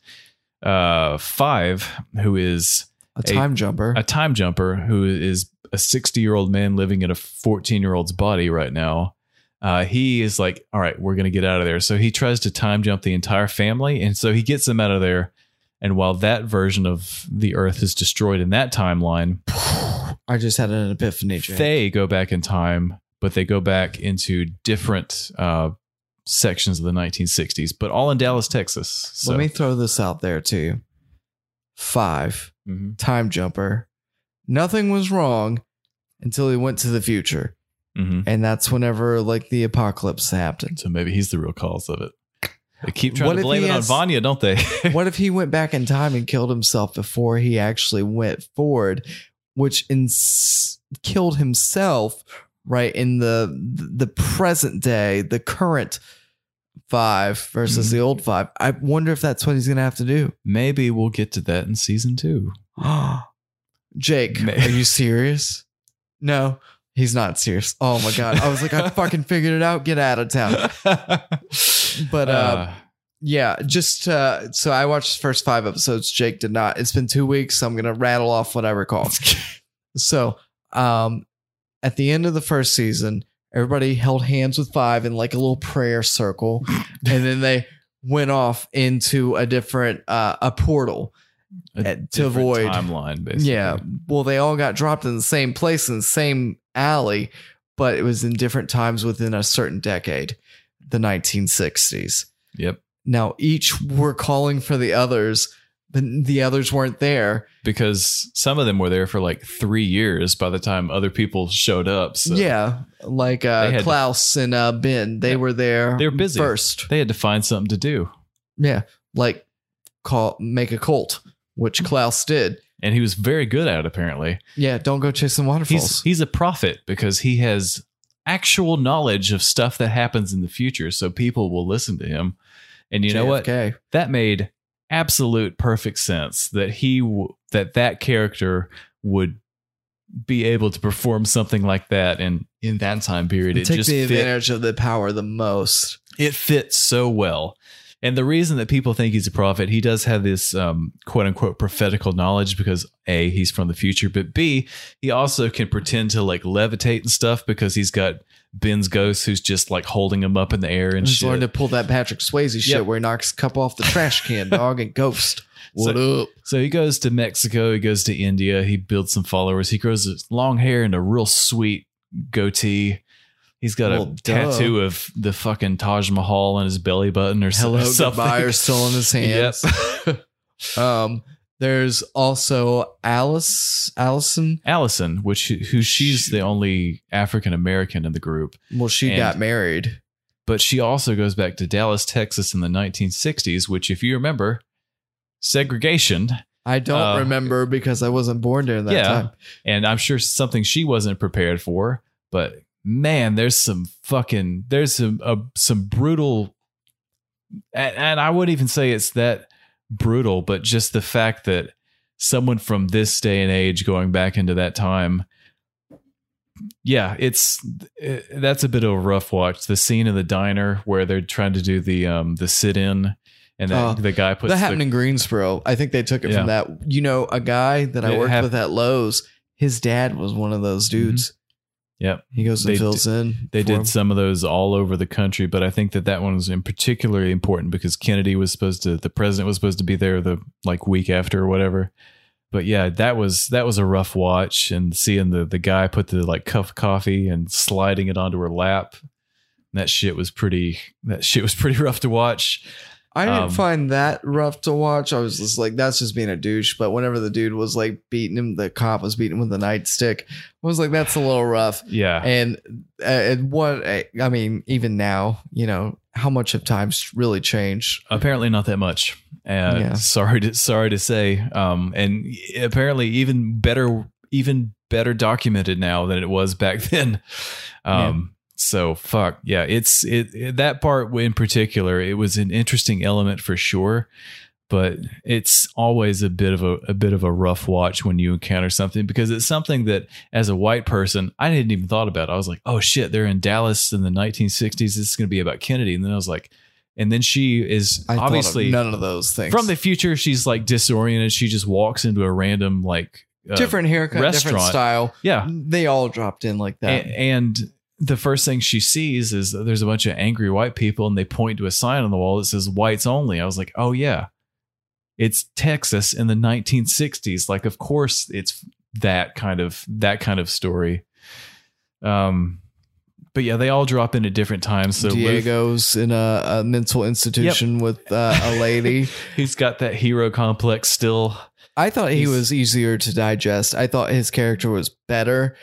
B: uh five who is
C: A time jumper.
B: a time jumper who is a 60 year old man living in a 14 year old's body right now. Uh, he is like, all right, we're going to get out of there. So he tries to time jump the entire family. And so he gets them out of there. And while that version of the earth is destroyed in that timeline,
C: I just had an epiphany. Jake.
B: they go back in time, but they go back into different uh, sections of the 1960s, but all in Dallas, Texas. So,
C: Let me throw this out there to you. Five,
B: Mhm.
C: time jumper. Nothing was wrong until he went to the future.
B: Mhm.
C: And that's whenever like the
B: *laughs*
C: apocalypse happened.
B: so maybe he's the real cause of it. They keep trying
C: What
B: to
C: if
B: blame
C: he
B: it
C: has-
B: on Vanya, don't they?
C: what if he went back in time and killed himself before he actually went forward, which ins- killed himself right in the the present day, the current five versus
B: Mhm.
C: the old five. I wonder if that's what he's gonna have to do.
B: Maybe we'll get to that in season two.
C: Jake,
B: Ma-
C: are you serious? No, he's not serious. Oh my god. I was like, I fucking figured it out. Get out of town.
B: but
C: uh, Yeah, just uh so I watched the first five episodes. Jake did not. It's been two weeks, so I'm gonna rattle off what I recall. so um at the end of the first season, everybody held hands with five in like a little prayer circle, and then they went off into a different uh a portal. to
B: different
C: avoid-
B: timeline, basically.
C: Yeah. Well, they all got dropped in the same place in the same alley, but it was in different times within a certain decade, the 1960s.
B: Yep.
C: Now, each were calling for the others, but the others weren't there.
B: Because some of them were there for like three years by the time other people showed up. So
C: yeah. Like
B: They had
C: uh,
B: to-
C: Klaus and uh, Ben, they
B: Yeah.
C: were there
B: They were busy.
C: first.
B: they had to find something to do.
C: Yeah. Like call make a cult,
B: Mm.
C: which Klaus did.
B: And he was very good at it, apparently.
C: Yeah, don't go chasing
B: He's,
C: waterfalls.
B: he's a prophet because he has actual knowledge of stuff that happens in the future. So people will listen to him. And you know what?
C: Okay.
B: that made absolute perfect sense that he w- that that character would be able to perform something like that and in that time period it
C: Take
B: just
C: the
B: fit,
C: advantage of the power the most.
B: it fits so well and the reason that people think he's a prophet he does have this um, quote unquote prophetical knowledge because a he's from the future but b he also can pretend to like levitate and stuff because he's got ben's ghost who's just like holding him up in the air and
C: Just
B: shit.
C: learned to pull that Patrick Swayze shit
B: Yep.
C: where he knocks a cup off the trash
B: *laughs*
C: can, dog, and ghost. What up?
B: So he goes to Mexico, he goes to India, he builds some followers, he grows his long hair and a real sweet goatee. He's got
C: Well,
B: a
C: duh.
B: tattoo of the fucking Taj Mahal on his belly button or so-
C: Hello,
B: something.
C: goodbye are still in his hands.
B: *laughs* Yep.
C: *laughs* Um, there's also Alice, Allison.
B: Allison, which who she's the only African American in the group,
C: Well, she
B: And-
C: got married.
B: but she also goes back to Dallas, Texas in the 1960s, which if you remember, segregation.
C: I don't
B: Uh,
C: remember because I wasn't born during that
B: Yeah.
C: time.
B: and I'm sure something she wasn't prepared for. But man, there's some fucking there's some uh, some brutal, and, and I wouldn't even say it's that brutal, but just the fact that someone from this day and age going back into that time yeah, it's uh, that's a bit of a rough watch. The scene in the diner where they're trying to do the um the sit in, and that,
C: Oh,
B: the guy puts
C: that
B: the-
C: happened in Greensboro. I think they took it
B: Yeah.
C: from that. You know, a guy that I
B: It
C: worked
B: hap- Mm-hmm.
C: with at Lowe's, his dad was one of those dudes.
B: Yep.
C: He goes and
B: They
C: fills in.
B: They
C: for
B: did
C: him.
B: some of those all over the country, but I think that that one was in particularly important because Kennedy was supposed to, the president was supposed to be there the like week after or whatever. But yeah, that was that was a rough watch, and seeing the the guy put the like cup of coffee and sliding it onto her lap, that shit was pretty. That shit was pretty *laughs* rough to watch.
C: I didn't
B: um,
C: find that rough to watch. I was just like, that's just being a douche. But whenever the dude was like beating him, the cop was beating him with a nightstick. I was like, that's a little rough.
B: Yeah,
C: And uh, and what I I mean, even now, you know, how much have times really changed?
B: apparently not that much. Uh,
C: Yeah.
B: Sorry to sorry to say. Um, and apparently even better, even better documented now than it was back *laughs* then. Um, so fuck yeah, it's it, it- that part in particular. It was an interesting element for sure. But it's always a bit of a, a bit of a rough watch when you encounter something because it's something that as a white person I hadn't even thought about. I was like, oh shit, they're in Dallas in the 1960s. This is going to be about Kennedy, and then I was like, and then she is
C: I thought of
B: obviously
C: none of those things.
B: from the future. She's like disoriented. She just walks into a random like uh,
C: *laughs* different haircut, different
B: restaurant.
C: style.
B: yeah
C: They all dropped in like
B: a-
C: that.
B: And, the first thing she sees is that there's a bunch of angry white people, and they point to a sign on the wall that says "Whites Only." I was like, "Oh yeah, it's Texas in the 1960s. Like, of course, it's that kind of that kind of story." Um, but yeah, they all drop in at different times. So Luke,
C: Diego's in a, a mental institution with uh, a lady.
B: he's got that hero complex still.
C: I thought he
B: He's-
C: was easier to digest. I thought his character was better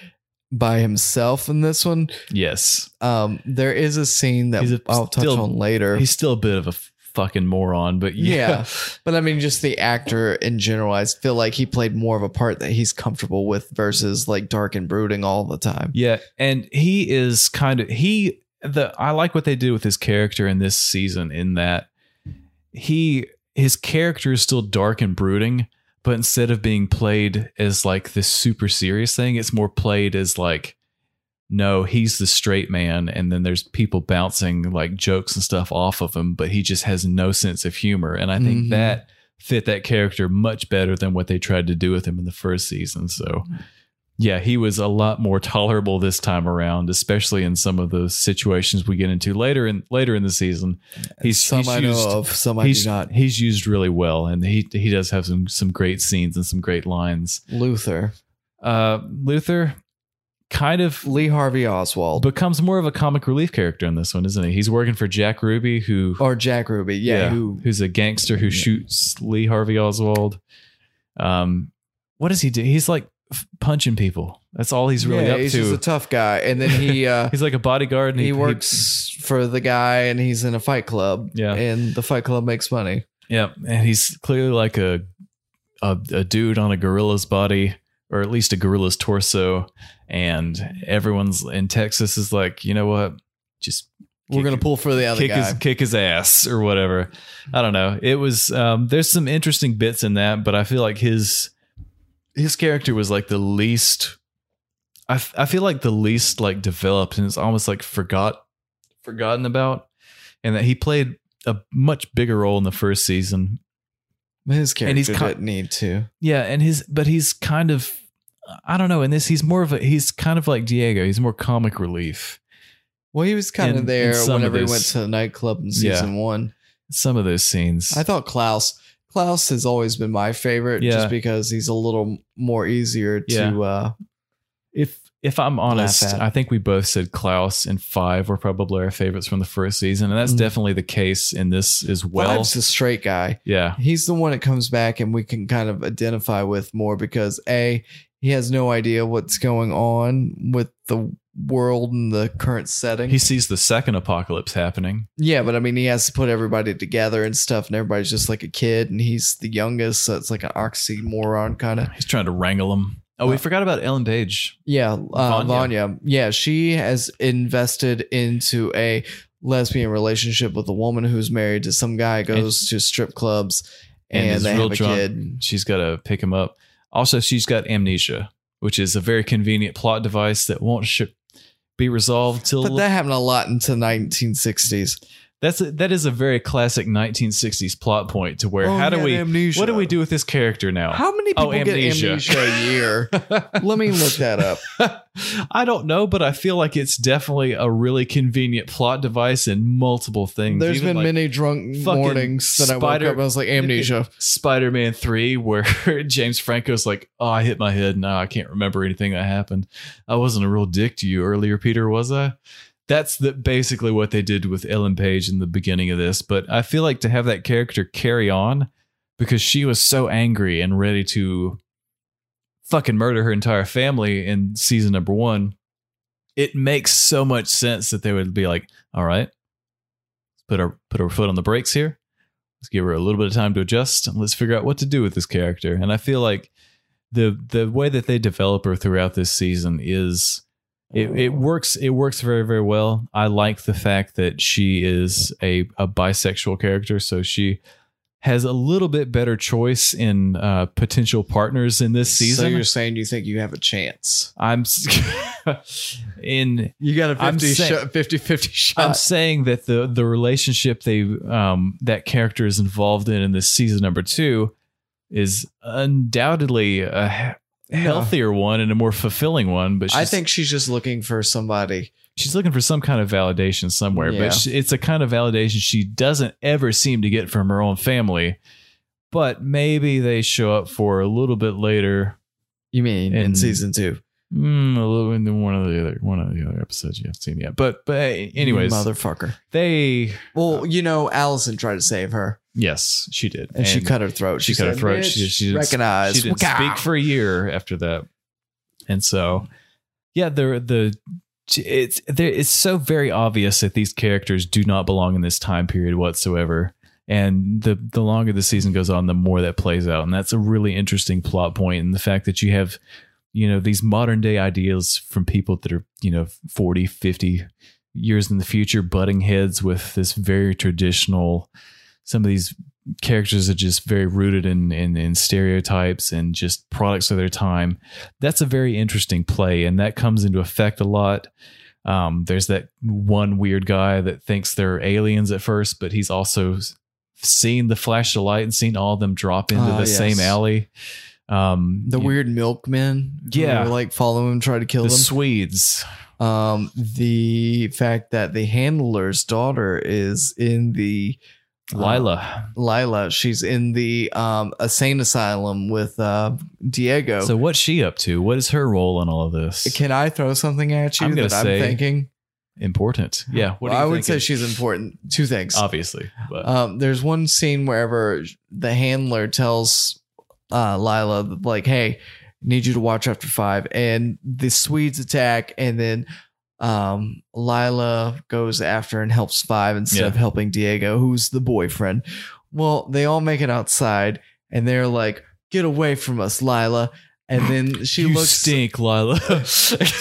C: by himself in this one.
B: Yes,
C: Um, there is a scene that
B: He's a-
C: I'll touch
B: still-
C: on later.
B: he's still a bit of a fucking moron, but yeah.
C: Yeah. *laughs* But I mean, just the actor in general, I feel like he played more of a part that he's comfortable with versus like dark and brooding all the time.
B: Yeah, and he is kind of he the I like what they did with his character in this season in that he his character is still dark and brooding, but instead of being played as like this super serious thing, it's more played as like no, he's the straight man and then there's people bouncing like jokes and stuff off of him, but he just has no sense of humor and I think
C: Mhm.
B: that fit that character much better than what they tried to do with him in the first season, so yeah, he was a lot more tolerable this time around, especially in some of the situations we get into later in later in the season. He's,
C: some
B: he's
C: I know
B: used,
C: of, some I
B: he's
C: do not.
B: He's used really well, and he he does have some some great scenes and some great lines.
C: Luther,
B: Uh, Luther kind of
C: Lee Harvey Oswald,
B: becomes more of a comic relief character in this one, isn't he? He's working for Jack Ruby, who
C: or Jack Ruby, Oh, yeah, who
B: who's a gangster who
C: Yeah.
B: shoots Lee Harvey Oswald. Um, what does he do? He's like f- punching people. That's all he's really
C: yeah,
B: up
C: he's
B: to.
C: just a tough guy. And then he uh,
B: He's like a bodyguard. *laughs* And
C: he,
B: he,
C: works for the guy, and he's in a fight club.
B: Yeah.
C: and the fight club makes money.
B: he- yeah, and he's clearly like a, a a dude on a gorilla's body, or at least a gorilla's torso. And everyone's in Texas is like, you know what? Just
C: We're
B: Kick
C: gonna
B: it-
C: pull for the other
B: kick
C: guy.
B: his kick his ass or whatever. I don't know. It was um, there's some interesting bits in that, but I feel like his his character was like the least. I, f- I feel like the least like developed and it's almost like forgot forgotten about, and that he played a much bigger role in the first season.
C: His character
B: and he's ki-
C: didn't need to.
B: Yeah, and his but he's kind of I don't know. In this, he's more of a he's kind of like Diego. He's more comic relief.
C: Well, he was kind
B: In-
C: of
B: in
C: there
B: some of
C: whenever he
B: this-
C: went to the nightclub in
B: Yeah.
C: season one.
B: Some of those scenes.
C: I thought Klaus. Klaus has always been my favorite,
B: Yeah.
C: just because he's a little more easier to.
B: Yeah.
C: Uh,
B: if if I'm honest,
C: at.
B: I think we both said Klaus and Five were probably our favorites from the first season, and that's
C: Mhm.
B: definitely the case in this as well.
C: Five's the straight guy.
B: yeah,
C: he's the one that comes back and we can kind of identify with more because a he has no idea what's going on with the world and the current setting
B: he sees the second apocalypse happening.
C: yeah but i mean he has to put everybody together and stuff and everybody's just like a kid and he's the youngest so it's like an oxymoron kind of
B: He's trying to wrangle them. Oh, we
C: Uh,
B: forgot about Ellen Page.
C: yeah uh,
B: Vanya.
C: vanya. yeah she has invested into a lesbian relationship with a woman who's married to some guy goes to strip clubs
B: and
C: and,
B: is
C: they
B: real
C: have a
B: drunk.
C: kid
B: She's got to pick him up. Also, she's got amnesia, which is a very convenient plot device that won't sh- be resolved till
C: But that happened a lot into 1960s.
B: that's a, that is a very classic 1960s plot point to where
C: Oh,
B: how do
C: yeah,
B: we
C: amnesia.
B: what do we do with this character now?
C: How many people
B: Oh,
C: get
B: amnesia.
C: amnesia a
B: *laughs*
C: year? Let me look that up.
B: I don't know, but I feel like it's definitely a really convenient plot device in multiple things.
C: There's
B: Even
C: been
B: like
C: many drunk
B: fucking
C: mornings that I woke
B: spider-
C: up and I was like, amnesia.
B: Spider-Man 3 *laughs* where James Franco's like, "Oh, I hit my head. Now I can't remember anything that happened. I wasn't a real dick to you earlier, Peter, was I?" That's the, basically what they did with Ellen Page in the beginning of this, but I feel like to have that character carry on because she was so angry and ready to fucking murder her entire family in season number 1. It makes so much sense that they would be like, "All right, let's put our put our foot on the brakes here." let's give her a little bit of time to adjust and let's figure out what to do with this character and i feel like the the way that they develop her throughout this season is it, it
C: Oh.
B: works it works very very well i like the fact that she is a, a bisexual character so she has a little bit better choice in uh, potential partners in this
C: So
B: season
C: you're saying you think you have a chance?
B: i'm s- *laughs* in
C: You got a
B: I'm
C: 50
B: saying-
C: shot, 50 50 shot.
B: I'm saying that the the relationship they um that character is involved in in this season number two is undoubtedly a he-
C: Yeah.
B: healthier one and a more fulfilling one. But she's,
C: I think she's just looking for somebody.
B: she's looking for some kind of validation somewhere.
C: Yeah.
B: But she, it's a kind of validation she doesn't ever seem to get from her own family. But maybe they show up for a little bit later.
C: You mean in
B: And-
C: season two?
B: Mm, a little in one of the other one of the other episodes you haven't seen yet. But but anyways, Uh,
C: You motherfucker.
B: they
C: Well, you know, Allison tried to save her,
B: yes she did
C: and, she cut her throat.
B: she cut her
C: said,
B: throat. She-
C: "Bitch,
B: she didn't-
C: recognize.
B: she didn't
C: Waka."
B: speak for a year after that and so yeah the the it's there it's so very obvious that these characters do not belong in this time period whatsoever and the the longer the season goes on the more that plays out and that's a really interesting plot point and the fact that you have you know these modern day ideas from people that are you know 40 50 years in the future butting heads with this very traditional some of these characters are just very rooted in, in in stereotypes and just products of their time. That's a very interesting play, and that comes into effect a lot. Um, there's that one weird guy that thinks they're aliens at first, but he's also s- seen the flash of light and seen all of them drop into
C: Ah,
B: the
C: yes.
B: same alley. Um,
C: The
B: you-
C: weird milkmen. who
B: Yeah.
C: were, like follow him, try to kill
B: the
C: them.
B: Swedes.
C: um, the fact that the handler's daughter is in the uh,
B: Lila.
C: Lila. She's in the um, insane asylum with uh, Diego.
B: So what's she up to? What is her role in all of this?
C: Can I throw something at you
B: I'm gonna
C: that
B: say-
C: I'm thinking?
B: Important. Yeah. What do you
C: Well, I would say
B: thinking? Uh,
C: she's important. Two things.
B: obviously, but
C: Um, there's one scene wherever the handler tells uh, Lila, like, hey, need you to watch after five. And the Swedes attack, and then um, Lila goes after and helps five instead
B: Yeah.
C: of helping Diego, who's the boyfriend. Well, they all make it outside, and they're like, get away from us, Lila. And then she
B: you
C: looks.
B: stink,
C: *laughs*
B: Lila.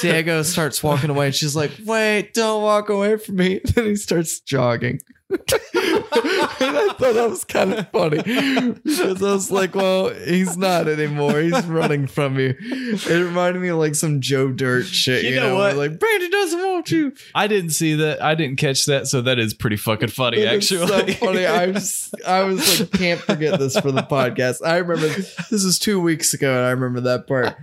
C: Diego starts walking away, and she's like, "Wait, don't walk away from me." *laughs* Then he starts jogging. And *laughs* I thought that was kind of funny because I was like, "Well, he's not anymore. He's running from you." It reminded me of like some Joe Dirt shit.
B: You
C: You,
B: know
C: know, where
B: what?
C: like Brandon doesn't want you.
B: *laughs* I didn't see that. I didn't catch that. So that is pretty fucking funny,
C: It is
B: actually.
C: so
B: *laughs*
C: funny. I was, I was like, can't forget this for the podcast. I remember this was two weeks ago, and I remember that part.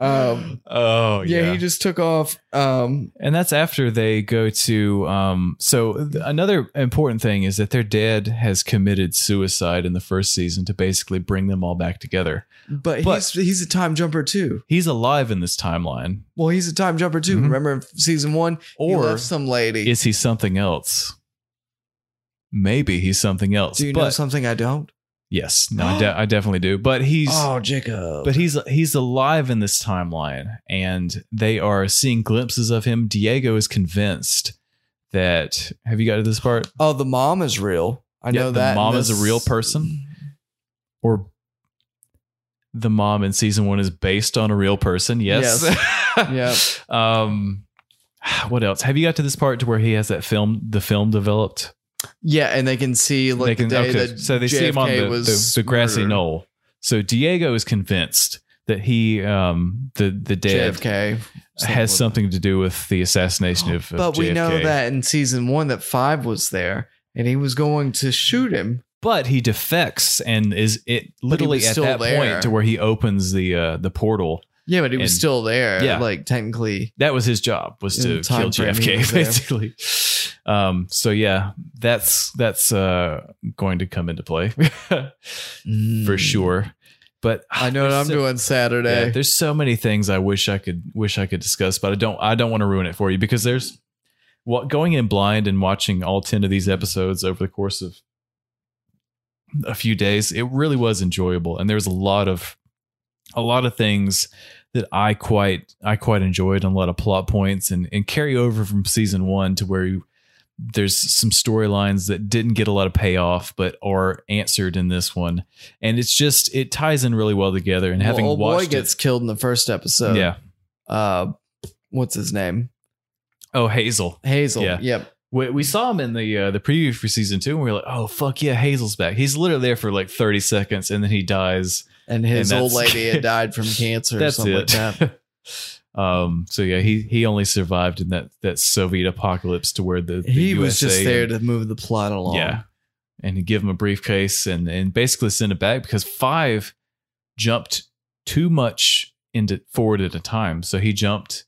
C: Um,
B: oh yeah.
C: yeah, he just took off. Um,
B: and that's after they go to. Um, so th- another important thing is that their dad has committed suicide in the first season to basically bring them all back together.
C: But,
B: But-
C: he's he's a time jumper too.
B: He's alive in this timeline,
C: Well, he's a time jumper too.
B: Mhm.
C: Remember in season one, he
B: or
C: left some lady.
B: is he something else? Maybe he's something else.
C: Do you
B: but
C: know something I don't?
B: yes, no,
C: *gasps*
B: I, de- I definitely do. But he's
C: oh, Jacob.
B: But he's he's alive in this timeline, and they are seeing glimpses of him. Diego is convinced that. Have you got to this part?
C: oh, the mom is real. I
B: Yeah,
C: know
B: the
C: that and
B: mom is
C: this-
B: a real person? Or the mom in season one is based on a real person. Yes. *laughs*
C: Yes.
B: Um. What else? Have you got to this part to where he has that film, the film developed?
C: Yeah, and they can see like
B: They can-
C: the day
B: okay,
C: that
B: so they see him on
C: JFK
B: the,
C: was
B: the, the grassy
C: murdered.
B: knoll. So Diego is convinced that he um the the dead
C: JFK
B: has something to do with the assassination of, of
C: But we know
B: JFK.
C: that in season one that five was there and he was going to shoot him.
B: But he defects and is it literally
C: was
B: at
C: still
B: that
C: there.
B: point to where he opens the uh the portal.
C: Yeah, but he was
B: And-
C: still there.
B: yeah.
C: like technically.
B: That was his job was
C: In
B: to
C: the time
B: kill
C: frame
B: *laughs*
C: he
B: JFK
C: was there.
B: basically. Um so yeah, that's that's uh going to come into play *laughs*
C: Hmm.
B: for sure. But
C: I know what I'm
B: so-
C: doing Saturday.
B: Yeah, there's so many things I wish I could wish I could discuss, but I don't I don't want to ruin it for you because there's what going in blind and watching all 10 of these episodes over the course of a few days, it really was enjoyable and there's a lot of a lot of things that I quite I quite enjoyed and a lot of plot points and and carry over from season 1 to where you, there's some storylines that didn't get a lot of payoff but are answered in this one and it's just it ties in really well together and
C: Well,
B: having
C: old
B: watched
C: boy gets killed in the first episode.
B: yeah.
C: Uh, what's his name?
B: Oh, Hazel.
C: Hazel.
B: Yeah.
C: Yep.
B: We, we saw him in the uh, the preview for season two, and we were like, "Oh, fuck yeah, Hazel's back." He's literally there for like thirty seconds, and then he dies.
C: And his
B: And
C: old
B: that's- *laughs*
C: lady had died from cancer or
B: That's
C: something
B: it.
C: like that.
B: um. So yeah, he he only survived in that that Soviet apocalypse to where *laughs* the, the
C: He was just
B: USA
C: there to move the plot along.
B: Yeah. and he give him a briefcase and and basically send it back because five jumped too much into forward at a time. So he jumped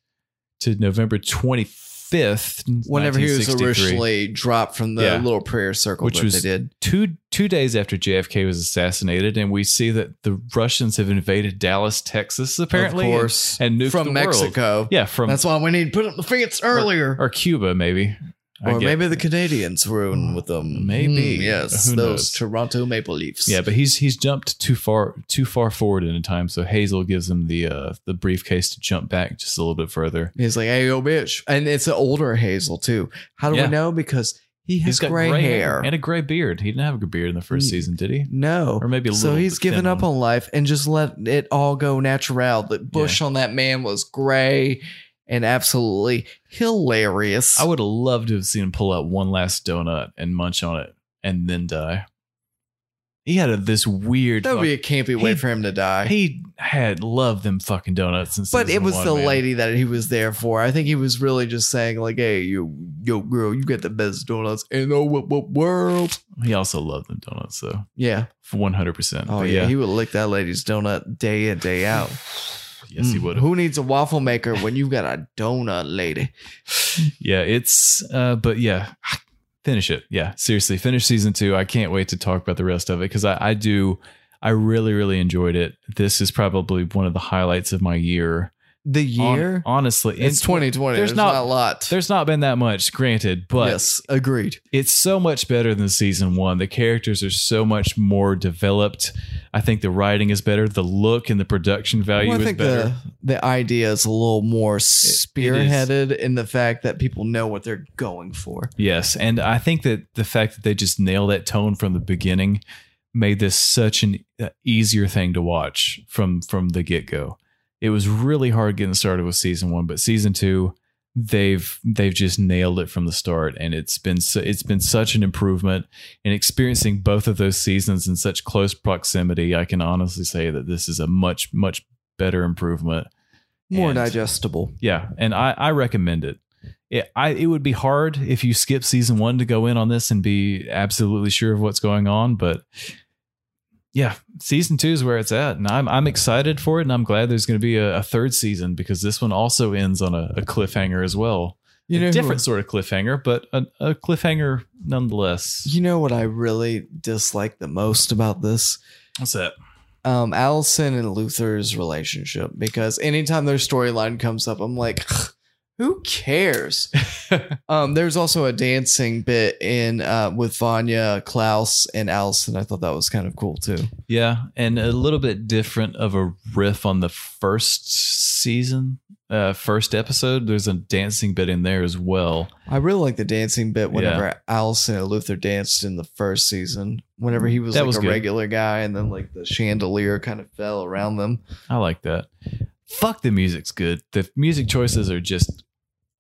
B: to November twenty fifth,
C: Whenever he was originally dropped from the
B: Yeah.
C: little prayer circle,
B: Which
C: that
B: was-
C: they did.
B: two two days after JFK was assassinated, and we see that the Russians have invaded Dallas, Texas, apparently,
C: of course,
B: and, and nuked
C: from
B: the world.
C: Mexico.
B: Yeah, from
C: That's why we need to put up the fence earlier.
B: or Cuba, maybe, I
C: Or
B: get-
C: maybe the Canadians were in with them.
B: Maybe.
C: Hmm, yes,
B: Who
C: those
B: knows?
C: Toronto Maple Leafs.
B: Yeah, but he's he's jumped too far too far forward in time, so Hazel gives him the uh, the briefcase to jump back just a little bit further.
C: He's like, "Hey, yo, bitch," and it's an older Hazel too. How do
B: Yeah.
C: we know? Because he has
B: He's got
C: gray, hair.
B: and a gray beard. He didn't have a beard in the first
C: Mm.
B: season, did he?
C: no,
B: Or maybe a
C: so
B: little
C: he's
B: thin
C: given up
B: one.
C: on life and just let it all go natural. The bush on that man was gray and absolutely hilarious.
B: I would have loved to have seen him pull out one last donut and munch on it and then die. He had a, this weird.
C: that would be a campy way
B: He-
C: for him to die.
B: he had loved them fucking donuts since.
C: But it
B: season
C: was
B: one,
C: the
B: man.
C: lady that he was there for. I think he was really just saying like, "Hey, yo, yo, girl, you got the best donuts in the wo- wo- world."
B: He also loved them donuts though,
C: Yeah.
B: for one hundred percent.
C: Oh yeah. He would lick that lady's donut day in day out.
B: yes, he
C: Mm,
B: would. have.
C: Who needs a waffle maker when you got a donut lady?
B: Yeah, it's. Uh, but yeah, *sighs* finish it. Yeah, seriously, finish season two. I can't wait to talk about the rest of it because I, I do. I really, really enjoyed it. This is probably one of the highlights of my year.
C: The
B: Hon-
C: year
B: honestly,
C: it's
B: twenty.
C: 2020.
B: there's
C: There's, not,
B: not-
C: a lot.
B: There's not been that much, granted, but
C: yes, agreed.
B: it's so much better than season one. The characters are so much more developed. I think the writing is better. The look and the production value
C: Well, I
B: is
C: think
B: Oh, better.
C: the the idea is a little more spearheaded in the fact that people know what they're going for.
B: yes. And I think that the fact that they just nail that tone from the beginning made this such an uh, easier thing to watch from from the get go. It was really hard getting started with season one, but season two, they've they've just nailed it from the start, and it's been su- it's been such an improvement. And experiencing both of those seasons in such close proximity, I can honestly say that this is a much much better improvement.
C: More
B: And-
C: digestible.
B: Yeah, and I I recommend it. It I it would be hard if you skip season one to go in on this and be absolutely sure of what's going on, but yeah, season two is where it's at, and I'm I'm excited for it, and I'm glad there's going to be a, a third season because this one also ends on a, a cliffhanger as well.
C: You know
B: a
C: who-
B: different sort of cliffhanger, but a, a cliffhanger nonetheless.
C: You know what I really dislike the most about this?
B: What's that?
C: Um, Allison and Luther's relationship. Because anytime their storyline comes up, I'm like, who
B: *laughs*
C: cares? um, there's also a dancing bit in uh, with Vanya, Klaus, and Allison. I thought that was kind of cool too.
B: Yeah, and a little bit different of a riff on the first season, uh, first episode. There's a dancing bit in there as well.
C: I really like the dancing bit whenever Allison and Luther danced in the first season. Whenever he was
B: That
C: like
B: was
C: a
B: good.
C: regular guy, and then like the chandelier kind of fell around them.
B: I like that. Fuck, the music's good. The music choices are just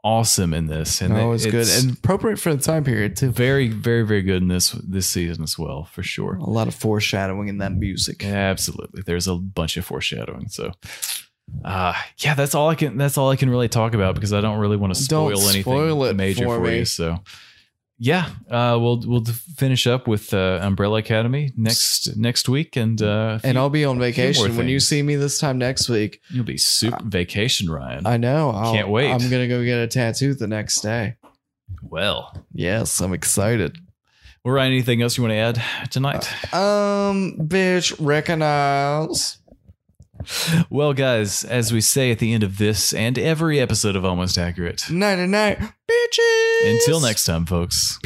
B: awesome in this, and
C: no,
B: it-
C: it's good
B: it's
C: and appropriate for the time period too.
B: very, very, very good in this this season as well, for sure.
C: A lot of foreshadowing in that music.
B: Absolutely, there's a bunch of foreshadowing. So, uh, yeah, that's all I can. That's all I can really talk about because I don't really want to spoil
C: Don't
B: anything
C: spoil it
B: major
C: for
B: for,
C: me.
B: you. So, yeah, uh, we'll we'll finish up with uh, Umbrella Academy next next week, and uh,
C: And
B: you-
C: I'll be on vacation when you
B: things.
C: see me this time next week.
B: you'll be super vacation, Ryan.
C: Uh, I know. I'll,
B: Can't wait.
C: I'm gonna go get a tattoo the next day.
B: well,
C: Yes, I'm excited.
B: well, Ryan, anything else you want to add tonight?
C: Um, bitch, recognize.
B: well, guys, as we say at the end of this and every episode of Almost Accurate,
C: Night and night, bitches.
B: until next time, folks.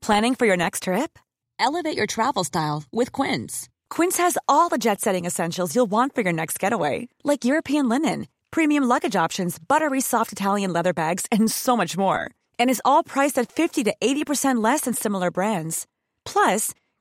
E: Planning for your next trip? Elevate your travel style with Quince. Quince has all the jet setting essentials you'll want for your next getaway, like European linen, premium luggage options, buttery soft Italian leather bags, and so much more. And is all priced at 50 to 80% less than similar brands. Plus,